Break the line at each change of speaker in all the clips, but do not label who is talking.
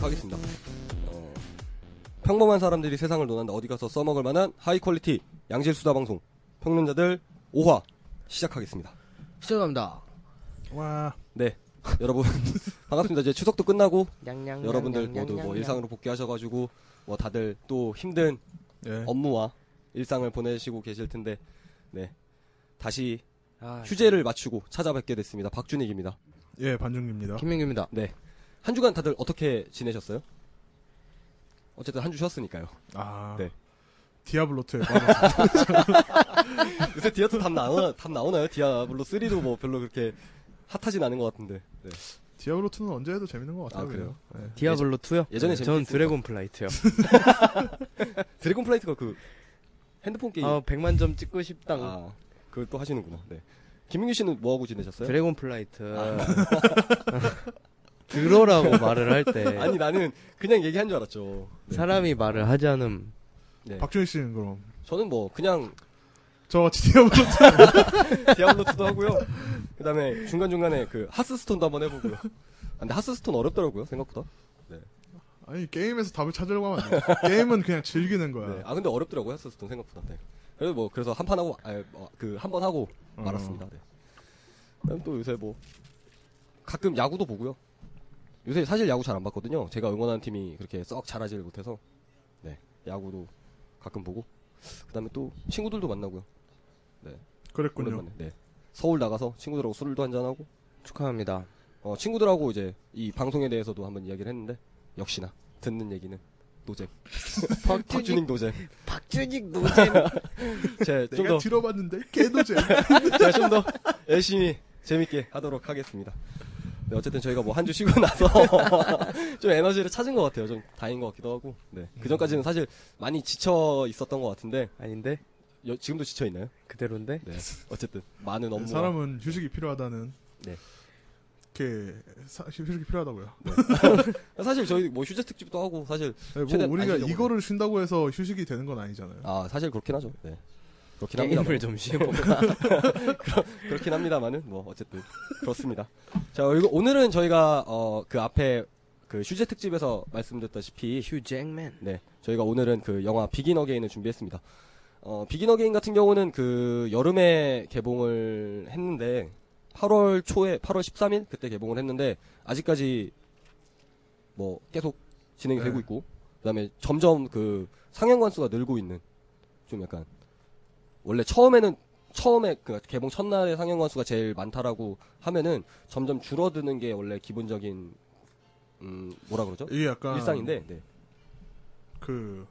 하겠습니다. 어, 평범한 사람들이 세상을 논한다. 어디 가서 써먹을 만한 하이 퀄리티 양질수다 방송 평론자들 5화 시작하겠습니다.
시작합니다.
와,
네, 여러분 반갑습니다. 이제 추석도 끝나고
냥냥.
여러분들 모두 뭐 일상으로 복귀하셔가지고 뭐 다들 또 힘든
예.
업무와 일상을 보내시고 계실 텐데 네 다시
아,
휴재를 마치고 찾아뵙게 됐습니다. 박준익입니다. 네.
예, 반중입니다.
김민규입니다.
한 주간 다들 어떻게 지내셨어요? 어쨌든 한 주 쉬었으니까요.
아,
네.
디아블로2에 빠졌어.
요새 디아트 답 나오나 답 나오나요? 디아블로 3도 뭐 별로 그렇게 핫하진 않은 것 같은데. 네.
디아블로2는 언제 해도 재밌는 것 같아요.
아, 그래요?
그냥. 예.
디아블로 2요? 네,
예전에
전
재밌었으니까.
드래곤 플라이트요.
드래곤 플라이트가 그 핸드폰 게임.
아, 100만 점 찍고 싶당.
예. 아, 그걸 또 하시는구나. 네. 김민규 씨는 뭐 하고 지내셨어요? 아,
드래곤 아, 플라이트. 들어라고 말을 할 때
네. 아니 나는 그냥 얘기한 줄 알았죠. 네.
사람이 말을 하지 않음.
네.
박준희 씨는 그럼.
저는 뭐 그냥
저같이 디아블로
디아블로스도 하고요. 그다음에 중간 중간에 그 하스스톤도 한번 해보고요. 아, 근데 하스스톤 어렵더라고요 생각보다.
아니, 게임에서 답을 찾으려고 하면 안 돼. 게임은 그냥 즐기는 거야.
네. 아 근데 어렵더라고요 하스스톤 생각보다. 네. 그래서 뭐 그래서 한 판 하고 그 한 번 하고
어.
말았습니다. 네. 그다음 또 요새 뭐 가끔 야구도 보고요. 요새 사실 야구 잘 안 봤거든요. 제가 응원하는 팀이 그렇게 썩 잘하지를 못해서 네 야구도 가끔 보고 그다음에 또 친구들도 만나고요.
그랬군요.
오랜만에 네. 서울 나가서 친구들하고 술도 한잔 하고
축하합니다.
어, 친구들하고 이제 이 방송에 대해서도 한번 이야기를 했는데 역시나 듣는 얘기는 노잼. 박준익 노잼.
박준익 노잼.
제가 좀
내가
더
들어봤는데, 개도제.
제가 네, 좀 더 열심히 재밌게 하도록 하겠습니다. 네, 어쨌든 저희가 뭐 한 주 쉬고 나서 좀 에너지를 찾은 것 같아요. 좀 다행인 것 같기도 하고. 네. 그 전까지는 사실 많이 지쳐 있었던 것 같은데
아닌데
여- 지금도 지쳐 있나요?
그대로인데.
네. 어쨌든 많은 업무.
사람은 휴식이 필요하다는.
네.
이렇게, 사- 휴식이 필요하다고요.
사실 저희 뭐 휴재 특집도 하고 사실
네, 뭐,
최대한
우리가
안 쉬려고
이거를 쉰다고 해서 휴식이 되는 건 아니잖아요.
아 사실 그렇긴 하죠. 네. 그렇긴 합니다. 네.
게임을 좀 쉬어볼까.
그렇긴 합니다만은 뭐 어쨌든 그렇습니다. 자 그리고 오늘은 저희가 어 그 앞에 그 휴재 특집에서 말씀드렸다시피
휴 잭맨.
네 저희가 오늘은 그 영화 비긴 어게인을 준비했습니다. 어 비긴 어게인 같은 경우는 그 여름에 개봉을 했는데 8월 초에 8월 13일 그때 개봉을 했는데 아직까지 뭐 계속 진행이
네.
되고 있고 그다음에 점점 그 상영관 수가 늘고 있는 좀 약간 원래 처음에는 처음에 그 개봉 첫날에 상영관 수가 제일 많다라고 하면은 점점 줄어드는 게 원래 기본적인 음 뭐라 그러죠
이게 약간.
일상인데 네.
그,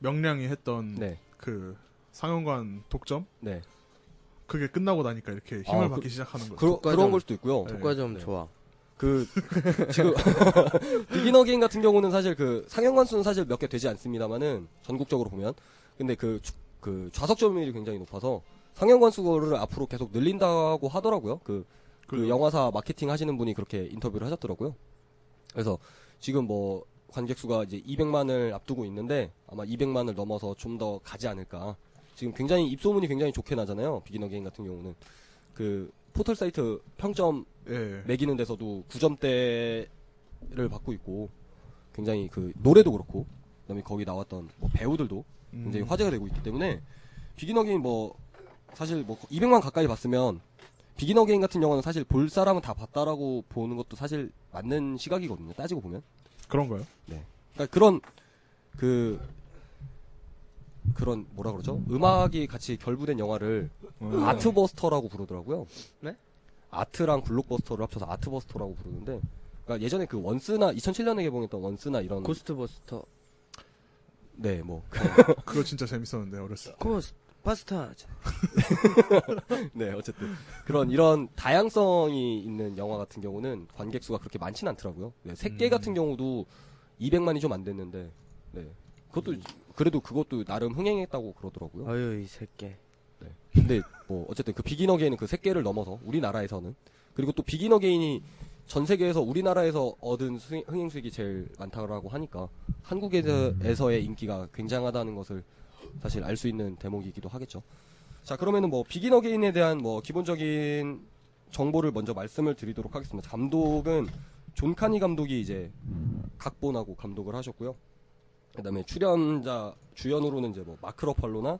명량이 했던.
네.
그, 상영관 독점?
네.
그게 끝나고 나니까 이렇게 힘을
아,
받기 시작하는 거죠.
그,
독과점.
그런 걸 수도 있고요.
네.
효과점
네.
좋아.
그 지금 비기너 게임 같은 경우는 사실 그 상영관 수는 사실 몇 개 되지 않습니다만은 전국적으로 보면 근데 그, 주- 그 좌석 점유율이 굉장히 높아서 상영관 수를 앞으로 계속 늘린다고 하더라고요. 그, 그
그래요?
영화사 마케팅 하시는 분이 그렇게 인터뷰를 하셨더라고요. 그래서 지금 뭐 관객 수가 이제 200만을 앞두고 있는데 아마 200만을 넘어서 좀 더 가지 않을까. 지금 굉장히 입소문이 굉장히 좋게 나잖아요. 비기너 게임 같은 경우는 그 포털 사이트 평점
예.
매기는 데서도 9점대를 받고 있고 굉장히 그 노래도 그렇고 그다음에 거기 나왔던 뭐 배우들도
음.
굉장히 화제가 되고 있기 때문에 비긴 어게인 뭐 사실 뭐 200만 가까이 봤으면 비긴 어게인 같은 영화는 사실 볼 사람은 다 봤다라고 보는 것도 사실 맞는 시각이거든요 따지고 보면
그런가요?
그러니까 그런 그 그런 뭐라 그러죠 음악이 같이 결부된 영화를
어.
아트버스터라고 부르더라고요.
네?
아트랑 블록버스터를 합쳐서 아트버스터라고 부르는데, 그러니까 예전에 그 원스나 2007년에 개봉했던 원스나 이런
그 고스트버스터.
네, 뭐,
그거 진짜 재밌었는데 어렸을 때.
고스 파스타.
네, 어쨌든 그런 이런 다양성이 있는 영화 같은 경우는 관객 수가 그렇게 많진 않더라고요. 네, 새끼
음.
같은 경우도 200만이 좀 안 됐는데, 네, 그것도 그래도 그것도 나름 흥행했다고 그러더라고요.
아유 이 새끼.
근데 뭐 어쨌든 그 비긴 어게인은 그 3개를 넘어서 우리나라에서는 그리고 또 비긴 어게인이 전 세계에서 우리나라에서 얻은 수익- 흥행 수익이 제일 많다고 하니까 한국에서의 인기가 굉장하다는 것을 사실 알 수 있는 대목이기도 하겠죠. 자 그러면은 뭐 비긴 어게인에 대한 뭐 기본적인 정보를 먼저 말씀을 드리도록 하겠습니다. 감독은 존 카니 감독이 이제 각본하고 감독을 하셨고요. 그다음에 출연자 주연으로는 이제 뭐 마크 러팔로나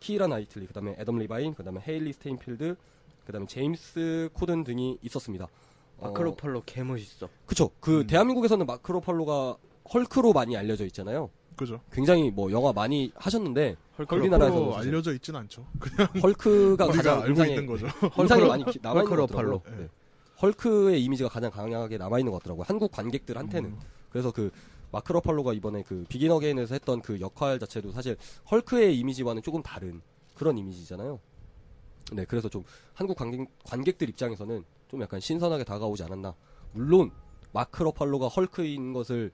키이라 나이틀리, 그다음에 애덤 리바인, 그다음에 헤일리 스테인필드, 그다음에 제임스 코든 등이 있었습니다. 어,
마크로폴로 개 멋있어.
그쵸. 그
음.
대한민국에서는 마크 러팔로가 헐크로 많이 알려져 있잖아요.
그죠.
굉장히 뭐 영화 많이 하셨는데
헐크로.
우리나라- 우리나라에서는
헐크로
사실.
알려져 있진 않죠. 그냥
그러니까 헐크가
우리가
가장
알고
인상에
있는 거죠.
인상이 네, 많이 기- 남아 있는
헐크로
것 같더라고요.
팔로.
네. 헐크의 이미지가 가장 강하게 남아 있는 것 같더라고요. 한국 관객들한테는.
음.
그래서 그 마크 러팔로가 이번에 그 비긴 어게인에서 했던 그 역할 자체도 사실 헐크의 이미지와는 조금 다른 그런 이미지잖아요. 네, 그래서 좀 한국 관객, 관객들 입장에서는 좀 약간 신선하게 다가오지 않았나. 물론 마크 러팔로가 헐크인 것을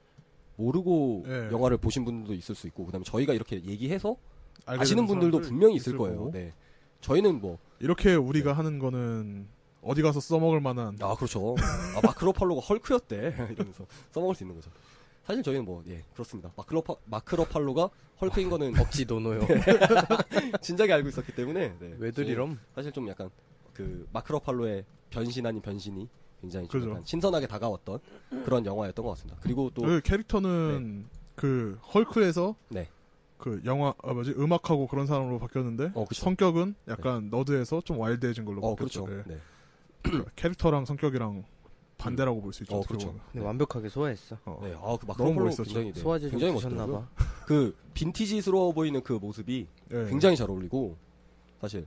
모르고
네.
영화를 보신 분들도 있을 수 있고, 그다음에 저희가 이렇게 얘기해서
알게
아시는
되는
분들도
사람들
분명히 있을
거고.
거예요. 네, 저희는 뭐
이렇게 우리가 하는 거는 어디 가서 써먹을 만한
아 그렇죠. 아 마크로팔로가 헐크였대 이러면서 써먹을 수 있는 거죠. 사실 저희는 뭐 예 그렇습니다. 마크로파 마크로팔로가 헐크인 거는
억지 노노요.
네. 진작에 알고 있었기 때문에 네.
왜들 이럼?
사실 좀 약간 그 마크로팔로의 변신 아닌 변신이 굉장히 좀
그죠.
약간 신선하게 다가왔던 그런 영화였던 것 같습니다. 그리고 또
그 캐릭터는 그 헐크에서
네.
그 영화 아 뭐지 음악하고 그런 사람으로 바뀌었는데
어, 그쵸. 네.
성격은 약간 너드에서 좀 와일드해진 걸로
어,
바뀌었죠.
그렇죠.
예.
네.
그러니까 캐릭터랑 성격이랑 반대라고 볼 수 있죠.
음. 어,
어떻게
그렇죠.
보면.
근데 완벽하게 소화했어.
어.
네. 아, 그
너무
마크로팔로
멋있었죠.
굉장히 네,
소화제 좀
굉장히
드셨나
멋있더라고요.
봐.
그 빈티지스러워 보이는 그 모습이
예.
굉장히 잘 어울리고 사실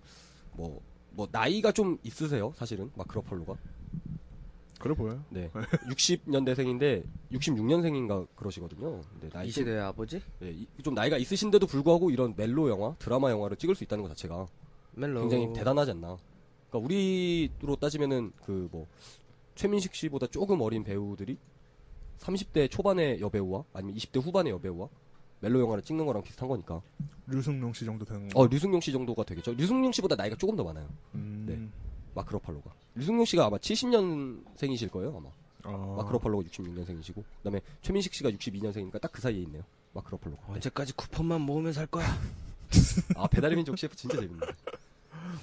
뭐 뭐 나이가 좀 있으세요, 사실은 마크로팔로가.
그래 보여요.
네. 60년대생인데 66년생인가 그러시거든요. 근데 나이
이
좀,
시대의 아버지?
예, 이- 좀 나이가 있으신데도 불구하고 이런 멜로 영화, 드라마 영화를 찍을 수 있다는 것 자체가
멜로.
굉장히 대단하지 않나. 그러니까 우리로 따지면은 그 뭐 최민식 씨보다 조금 어린 배우들이 30대 초반의 여배우와 아니면 20대 후반의 여배우와 멜로 영화를 찍는 거랑 비슷한 거니까.
음.
류승룡 씨 정도 되는 거.
어, 류승룡 씨 정도가 되겠죠. 류승룡 씨보다 나이가 조금 더 많아요.
음.
네. 마크로팔로가. 류승룡 씨가 아마 70년생이실 거예요, 아마.
아.
마크로폴로가 66년생이시고 그다음에 최민식 씨가 62년생이니까 딱 그 사이에 있네요. 마크로폴로.
언제까지 쿠폰만 모으면 살 거야?
아 배달의 민족 CF 진짜 재밌네.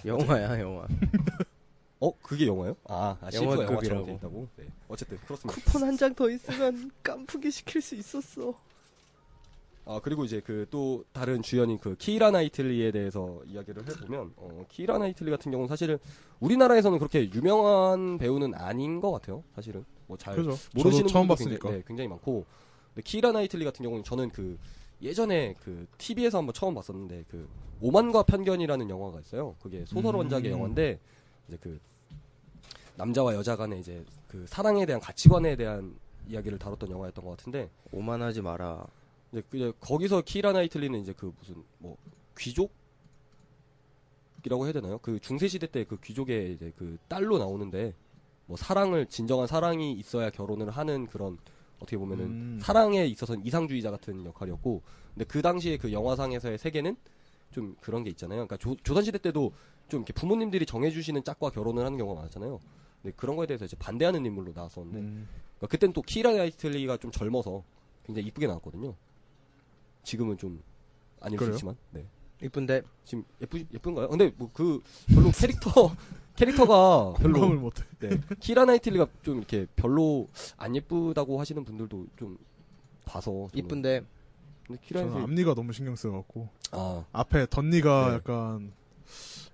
영화야 영화.
어 그게 영화요? 아, 아 CF가 영화처럼
영화급이라고.
돼 있다고. 네. 어쨌든 그렇습니다.
쿠폰 한 장 더 있으면 깐풍기 시킬 수 있었어.
아 그리고 이제 그 또 다른 주연인 그 키이라 나이틀리에 대해서 이야기를 해보면 어, 키이라 나이틀리 같은 경우는 사실은 우리나라에서는 그렇게 유명한 배우는 아닌 것 같아요. 사실은 뭐 잘
그죠.
모르시는
저도 처음
분도
봤으니까.
굉장히, 네, 굉장히 많고 근데 키이라 나이틀리 같은 경우는 저는 그 예전에 그 TV에서 한번 처음 봤었는데 그 오만과 편견이라는 영화가 있어요. 그게 소설
음.
원작의 영화인데 이제 그 남자와 여자 간의 이제 그 사랑에 대한 가치관에 대한 이야기를 다뤘던 영화였던 것 같은데
오만하지 마라.
이제 그- 이제 거기서 키이라 나이틀리는 이제 그 무슨 뭐 귀족 이라고 해야 되나요? 그 중세 시대 때 그 귀족의 이제 그 딸로 나오는데 뭐 사랑을 진정한 사랑이 있어야 결혼을 하는 그런 어떻게 보면은
음.
사랑에 있어서는 이상주의자 같은 역할이었고 근데 그 당시에 그 영화상에서의 세계는 좀 그런 게 있잖아요. 그러니까 조, 조선 시대 때도 좀 이렇게 부모님들이 정해주시는 짝과 결혼을 하는 경우가 많았잖아요. 근데 그런 거에 대해서 이제 반대하는 인물로 나왔었는데
음.
그러니까 그땐 또 키라 나이틀리가 좀 젊어서 굉장히 이쁘게 나왔거든요. 지금은 좀 아닐
그래요?
수 있지만. 네.
이쁜데
지금 예쁘 예쁜가요? 근데 뭐 그 별로 캐릭터 캐릭터가
공감을
별로
못해.
네. 키라 나이틀리가 좀 이렇게 별로 안 예쁘다고 하시는 분들도 좀 봐서 저는.
이쁜데
근데 키라
저는
나이틀리
앞니가 너무 신경 쓰여갖고
아
앞에 덧니가
네.
약간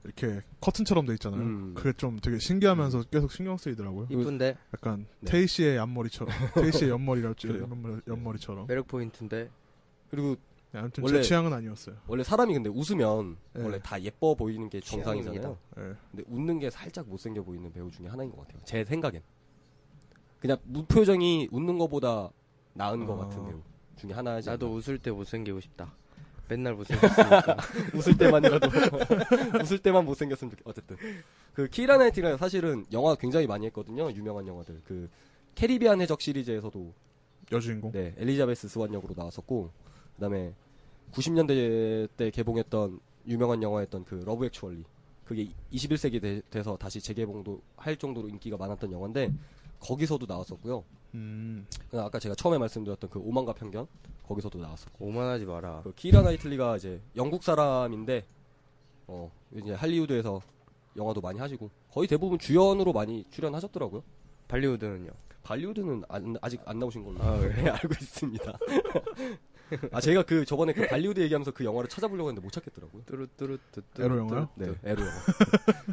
이렇게 커튼처럼 돼 있잖아요.
음.
그게 좀 되게 신기하면서 계속 신경 쓰이더라고요.
이쁜데
약간
네.
테이 씨의 앞머리처럼, 테이 씨의 옆머리랄지
그래요? 네.
옆머리- 옆머리처럼.
매력 포인트인데
그리고
네, 아무튼
원래-
제 취향은 아니었어요.
원래 사람이 근데 웃으면
네.
원래 다 예뻐 보이는 게 정상이잖아요.
취향입니다.
예.
근데 웃는 게 살짝 못생겨 보이는 배우 중에 하나인 것 같아요. 제 생각엔. 그냥 무표정이 웃는 것보다 나은 것
아.
같은 배우 중에 하나지.
나도 웃을 때 못생기고 싶다. 맨날 못생겼으니까.
않나. 웃을 때만이라도 웃을 때만 못생겼으면 좋겠. 어쨌든 그 키라 나이트가 사실은 영화 굉장히 많이 했거든요. 유명한 영화들. 그 캐리비안 해적 시리즈에서도
여주인공.
네 엘리자베스 스완 역으로 나왔었고 그다음에 90년대 때 개봉했던 유명한 영화였던 그 러브 액츄얼리 그게 21세기 돼, 서 다시 재개봉도 할 정도로 인기가 많았던 영화인데 거기서도 나왔었고요.
음.
그다음에 아까 제가 처음에 말씀드렸던 그 오만과 편견 거기서도 나왔었고
오만하지 마라.
그 키라 나이틀리가 이제 영국 사람인데 어 이제 할리우드에서 영화도 많이 하시고 거의 대부분 주연으로 많이 출연하셨더라고요.
발리우드는요.
발리우드는 안- 아직 안 나오신 걸로
아, 그래요?
네, 알고 있습니다. 아 제가 그 저번에 그 발리우드 얘기하면서 그 영화를 찾아보려고 했는데 못 찾겠더라고요.
뚜루뚜루뚜뚜.
에로 영화요?
네, 에로 영화.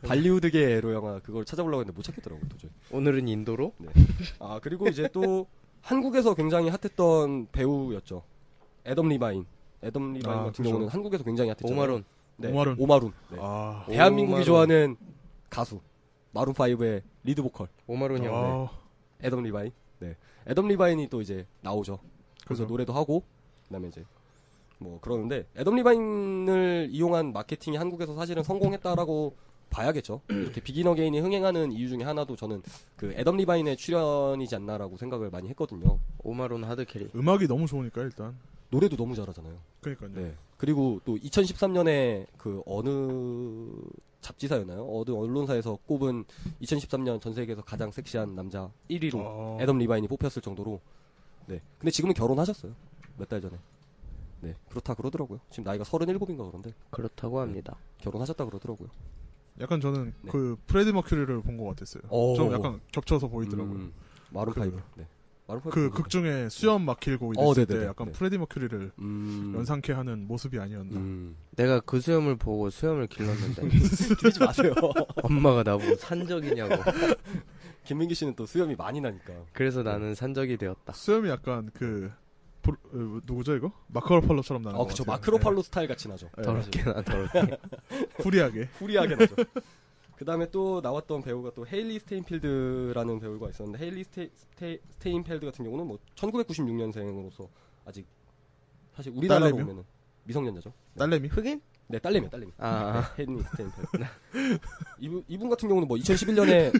발리우드계 에로 영화 그걸 찾아보려고 했는데 못 찾겠더라고요, 도저히.
오늘은 인도로?
아 그리고 이제 또 한국에서 굉장히 핫했던 배우였죠. 애덤 리바인. 애덤 리바인
아,
같은
그죠.
경우는 한국에서 굉장히 핫했죠.
오마론.
네,
오마룬.
오마룬. 네.
아,
대한민국이
오마룬.
좋아하는 가수 마룬 5의 리드 보컬
오마론 형. 네.
아,
애덤 리바인. 네, 애덤 리바인이 또 이제 나오죠. 그래서
그죠.
노래도 하고 그다음에 이제 뭐 그러는데 애덤 리바인을 이용한 마케팅이 한국에서 사실은 성공했다라고 봐야겠죠. 이렇게 비긴 어게인이 흥행하는 이유 중에 하나도 저는 그 애덤 리바인의 출연이지 않나라고 생각을 많이 했거든요.
오마론
네.
하드 캐리.
음악이 너무 좋으니까 일단.
노래도 너무 잘하잖아요.
그러니까요.
네. 그리고 또 2013년에 그 어느 잡지사였나요? 어느 언론사에서 꼽은 2013년 전 세계에서 가장 섹시한 남자 1위로
아,
애덤 리바인이 뽑혔을 정도로. 네. 근데 지금은 결혼하셨어요. 몇 달 전에. 네. 그렇다 그러더라고요. 지금 나이가 37인가 그런데
그렇다고 합니다.
결혼하셨다 그러더라고요.
약간 저는
네.
그 프레디 머큐리를 본 것 같았어요.
오.
좀 약간 겹쳐서 보이더라고요.
음, 마룬
그-
파이브. 네. 마룬 파이브.
그 극 중에 수염 막 길고
어,
이랬을
네네네.
때 약간
네.
프레디 머큐리를
음.
연상케 하는 모습이 아니었나.
음.
내가 그 수염을 보고 수염을 길렀는데
그러지 마세요.
엄마가 나보고 산적이냐고.
김민기 씨는 또 수염이 많이 나니까.
그래서 나는 산적이 되었다.
수염이 약간 그 브루- 어, 누구죠 이거? 마크로팔로처럼 나는
아,
것
그쵸.
같아요.
마크로팔로 스타일 같이 나죠.
네. 네.
더럽게 나 더럽게.
후리하게.
후리하게 나죠. 그 다음에 또 나왔던 배우가 또 헤일리 스테인필드라는 배우가 있었는데 헤일리 스테, 인필드 같은 경우는 뭐 1996년생으로서 아직 사실 우리나라로
딸내미요?
오면은 미성년자죠.
딸내미?
흑인?
네 딸내미 딸내미. 네,
아,
헤일리 스테인필드. 이분 이분 같은 경우는 뭐 2011년에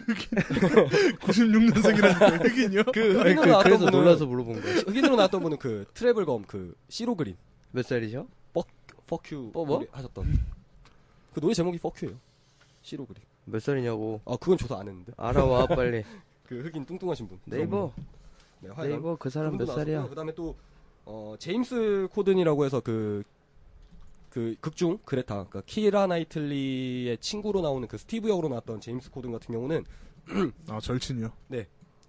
96년생이라니까 흑인이요?
그
아니,
흑인으로
그,
나왔던
그래서
분은
놀라서 물어본 거야.
흑인으로 나왔던 분은 그 트래블 검그 시로 그린
몇 살이셔?
퍼큐
뭐, 뭐?
노래 하셨던 그 노래 제목이 퍼큐예요. 시로 그린.
몇 살이냐고.
아 그건 저도 안 했는데
알아와 빨리.
그 흑인 뚱뚱하신 분.
네이버.
네, 하여간
네이버 그 사람 몇
그분도 나왔었고요.
살이야?
그다음에 또 어, 제임스 코든이라고 해서 그, 그 극중 그레타, 그러니까 키라 나이틀리의 친구로 나오는 그 스티브 역으로 나왔던 제임스 코든 같은 경우는
아 절친이요.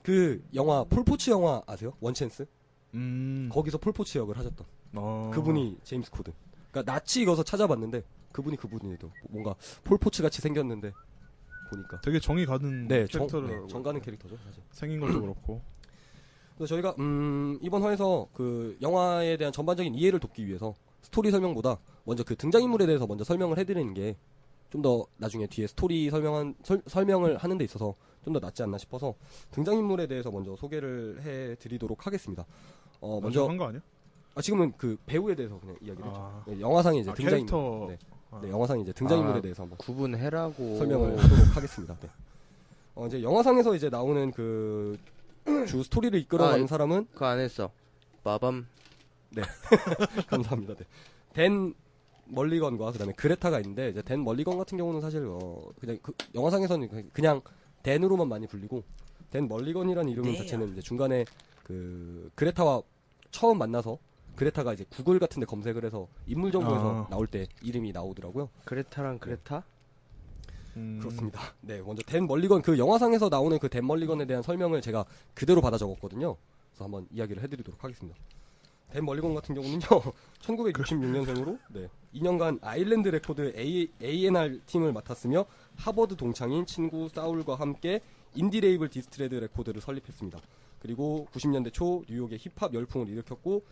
그 영화 폴포츠 영화 아세요? 원챈스
음.
거기서 폴포츠 역을 하셨던
어.
그분이 제임스 코든. 그러니까 낯이 익어서 찾아봤는데 그분이 그분이에요. 뭔가 폴포츠 같이 생겼는데 보니까
되게 정이
음,
가는
네, 정,
캐릭터를
네, 정가는 캐릭터죠 사실.
생긴 것도 그렇고.
그래서 저희가 음, 이번 화에서 그 영화에 대한 전반적인 이해를 돕기 위해서 스토리 설명보다 먼저 그 등장인물에 대해서 먼저 설명을 해드리는 게 좀 더 나중에 뒤에 스토리 설명한 설, 설명을 하는 데 있어서 좀 더 낫지 않나 싶어서 등장인물에 대해서 먼저 소개를 해드리도록 하겠습니다. 어,
먼저
먼저
한 거 아니야?
아, 지금은 그 배우에 대해서 그냥 이야기를 했죠.
아.
네, 영화상에 이제
아,
등장인물
캐릭터.
네. 네, 영화상에 이제 등장인물에
아.
대해서 한번
구분해라고.
설명을 하도록 하겠습니다. 네. 어, 이제 영화상에서 이제 나오는 그 주 스토리를 이끌어가는
예.
아,
사람은
그거 안 했어. 빠밤.
감사합니다. 네. 댄 멀리건과 그다음에 그레타가 있는데 이제 댄 멀리건 같은 경우는 사실 어 그냥 그 영화상에서는 그냥- 그냥 댄으로만 많이 불리고 댄 멀리건이라는 이름
네.
자체는 이제 중간에 그 그레타와 처음 만나서 그레타가 이제 구글 같은데 검색을 해서 인물 정보에서
아.
나올 때 이름이 나오더라고요.
그레타랑 그레타?
음.
그렇습니다. 네, 먼저 댄 멀리건 그 영화상에서 나오는 그 댄 멀리건에 대한 설명을 제가 그대로 받아 적었거든요. 그래서 한번 이야기를 해드리도록 하겠습니다. 댄 멀리건 같은 경우는요, 1966년생으로 2년간 아일랜드 레코드 A, A&R 팀을 맡았으며 하버드 동창인 친구 사울과 함께 인디 레이블 디스트레드 레코드를 설립했습니다. 그리고 90년대 초 뉴욕의 힙합 열풍을 일으켰고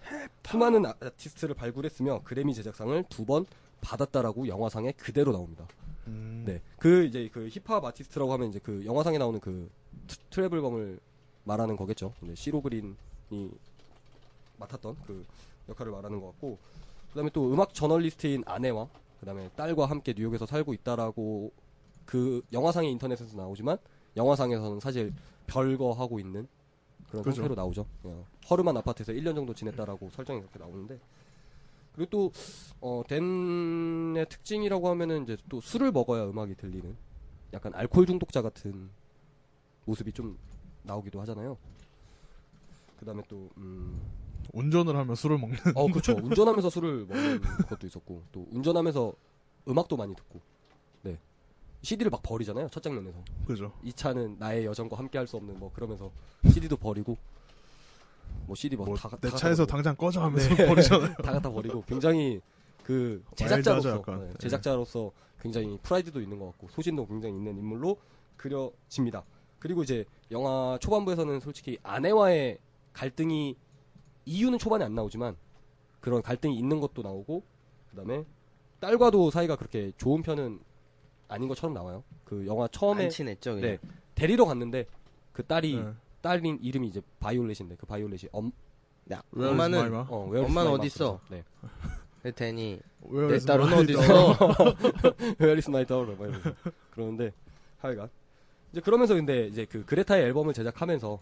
수많은 아- 아티스트를 발굴했으며 그래미 제작상을 두 번 받았다라고 영화상에 그대로 나옵니다.
음.
네. 그 이제 그 힙합 아티스트라고 하면 이제 그 영화상에 나오는 그 트- 트래블범을 말하는 거겠죠. 이제 시로 그린이 맡았던 그 역할을 말하는 것 같고 그다음에 또 음악 저널리스트인 아내와 그다음에 딸과 함께 뉴욕에서 살고 있다라고 그 영화상의 인터넷에서 나오지만 영화상에서는 사실 별거 하고 있는 그런
그죠.
상태로 나오죠. 어, 허름한 아파트에서 1년 정도 지냈다라고 설정이 그렇게 나오는데 그리고 또 어, 댄의 특징이라고 하면은 이제 또 술을 먹어야 음악이 들리는 약간 알코올 중독자 같은 모습이 좀 나오기도 하잖아요. 그다음에 또 음,
운전을 하면 술을 먹는.
어, 그렇죠. 운전하면서 술을 먹는 것도 있었고, 또 운전하면서 음악도 많이 듣고, 네. CD를 막 버리잖아요. 첫 장면에서.
그죠.
이 차는 나의 여정과 함께 할 수 없는 뭐 그러면서 CD도 버리고 뭐 CD 뭐
뭐,
다, 다
내
네.
차에서
갖다
당장 꺼져 하면서 버리잖아요.
버리고, 다 갖다 버리고 굉장히 그
어, 와일드하죠,
제작자로서
약간.
네,
예.
제작자로서 굉장히 프라이드도 있는 것 같고 소신도 굉장히 있는 인물로 그려집니다. 그리고 이제 영화 초반부에서는 솔직히 아내와의 갈등이 이유는 초반에 안 나오지만 그런 갈등이 있는 것도 나오고 그다음에 딸과도 사이가 그렇게 좋은 편은 아닌 것처럼 나와요. 그 영화 처음에
안 친했죠. 그냥.
네. 데리러 갔는데 그 딸이
네.
딸인 이름이 이제 바이올렛인데 그 바이올렛이 엄,
야,
Where is my
엄마는
mom?
어, where is
엄마는
my mom?
어디 있어?
네.
대니
Where
내
is
딸은
my
어디
dog?
있어?
Where is my daughter? 막 이러면서. 그러는데 하여간 이제 그러면서 근데 이제 그 그레타의 앨범을 제작하면서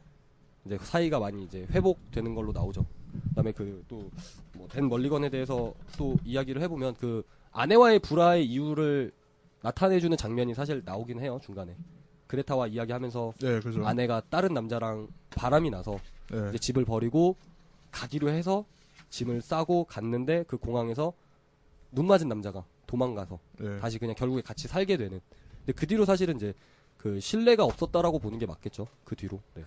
이제 그 사이가 많이 이제 회복되는 걸로 나오죠. 그다음에 그 또 뭐댄 멀리건에 대해서 또 이야기를 해보면 그 아내와의 불화의 이유를 나타내주는 장면이 사실 나오긴 해요 중간에 그레타와 이야기하면서
네, 그죠.
아내가 다른 남자랑 바람이 나서
네.
이제 집을 버리고 가기로 해서 짐을 싸고 갔는데 그 공항에서 눈 맞은 남자가 도망가서
네.
다시 그냥 결국에 같이 살게 되는. 근데 그 뒤로 사실은 이제 그 신뢰가 없었다라고 보는 게 맞겠죠. 그 뒤로. 네.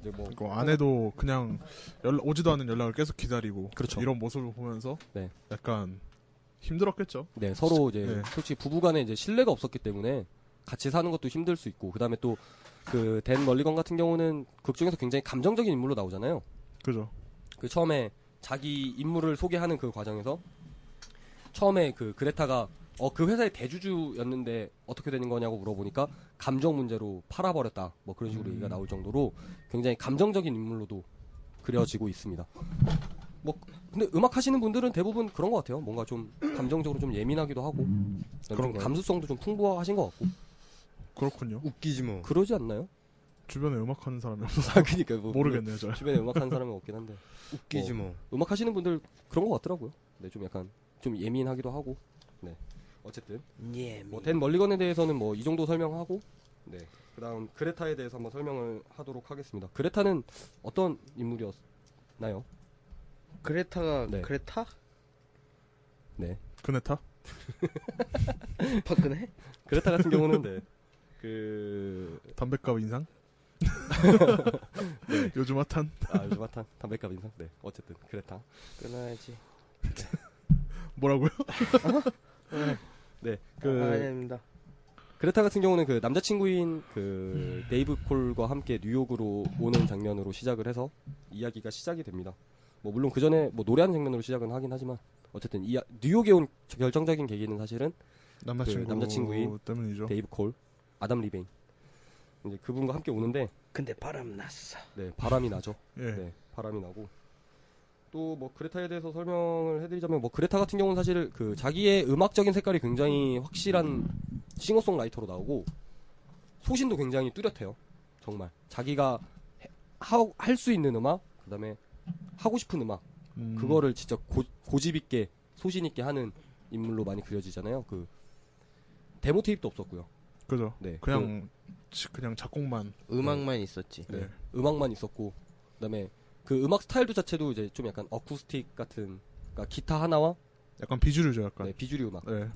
이제 뭐
그 아내도 그냥 연락, 오지도 않은 연락을 계속 기다리고
그렇죠.
이런 모습을 보면서
네.
약간 힘들었겠죠.
네, 서로 이제
네.
솔직히 부부간에 이제 신뢰가 없었기 때문에 같이 사는 것도 힘들 수 있고 그다음에 또 그 댄 멀리건 같은 경우는 극 중에서 굉장히 감정적인 인물로 나오잖아요.
그죠.
그 처음에 자기 인물을 소개하는 그 과정에서 처음에 그 그레타가 어 그 회사의 대주주였는데 어떻게 되는 거냐고 물어보니까 감정 문제로 팔아버렸다 뭐 그런 식으로
음.
얘기가 나올 정도로 굉장히 감정적인 인물로도 그려지고 있습니다. 뭐 근데 음악 하시는 분들은 대부분 그런 것 같아요. 뭔가 좀 감정적으로 좀 예민하기도 하고 좀
음. 그런가요?
감수성도 좀 풍부하신 것 같고
그렇군요.
웃기지 뭐.
그러지 않나요?
주변에 음악하는 사람이 없어서
아 그니까 뭐
모르겠네요, 잘.
주변에 음악하는 사람은 없긴 한데
웃기지 뭐.
음악 하시는 분들 그런 것 같더라고요. 네, 좀 약간 좀 예민하기도 하고. 네. 어쨌든
예. 뭐
뭐댄 멀리건에 대해서는 뭐 이 정도 설명하고 네. 그다음 그레타에 대해서 한번 설명을 하도록 하겠습니다. 그레타는 어떤 인물이었나요?
그레타가
네.
그레타?
네.
그네타?
박근혜?
그레타 같은 경우는 네. 그
담배값 인상?
네.
요즘 핫한?
아, 요즘 핫한 담배값 인상. 네. 어쨌든 그레타.
끊어야지.
뭐라고요?
네.
아,
그
아닙니다.
그레타 같은 경우는 그 남자친구인 그 데이브 콜과 함께 뉴욕으로 오는 장면으로 시작을 해서 이야기가 시작이 됩니다. 뭐 물론 그 전에 뭐 노래하는 장면으로 시작은 하긴 하지만 어쨌든 이 뉴욕에 온 결정적인 계기는 사실은
남자친구
그 남자친구인 네.
때문이죠.
데이브 콜, 아담 리베인 이제 그분과 함께 오는데
근데 바람 났어.
네 바람이 나죠.
예.
네, 바람이 나고 또 뭐 그레타에 대해서 설명을 해드리자면 뭐 그레타 같은 경우는 사실 그 자기의 음악적인 색깔이 굉장히 확실한 싱어송라이터로 나오고 소신도 굉장히 뚜렷해요. 정말 자기가 할 수 있는 음악 그다음에 하고 싶은 음악
음,
그거를 진짜 고, 집 있게 소신 있게 하는 인물로 많이 그려지잖아요. 그 데모 테이프도 없었고요.
그죠.
네,
그냥 지- 그냥 작곡만
음악만 있었지.
네.
음악만 있었고 그다음에 그 음악 스타일도 자체도 이제 좀 약간 어쿠스틱 같은 그러니까 기타 하나와
약간 비주류죠, 약간.
네, 비주류 음악.
네.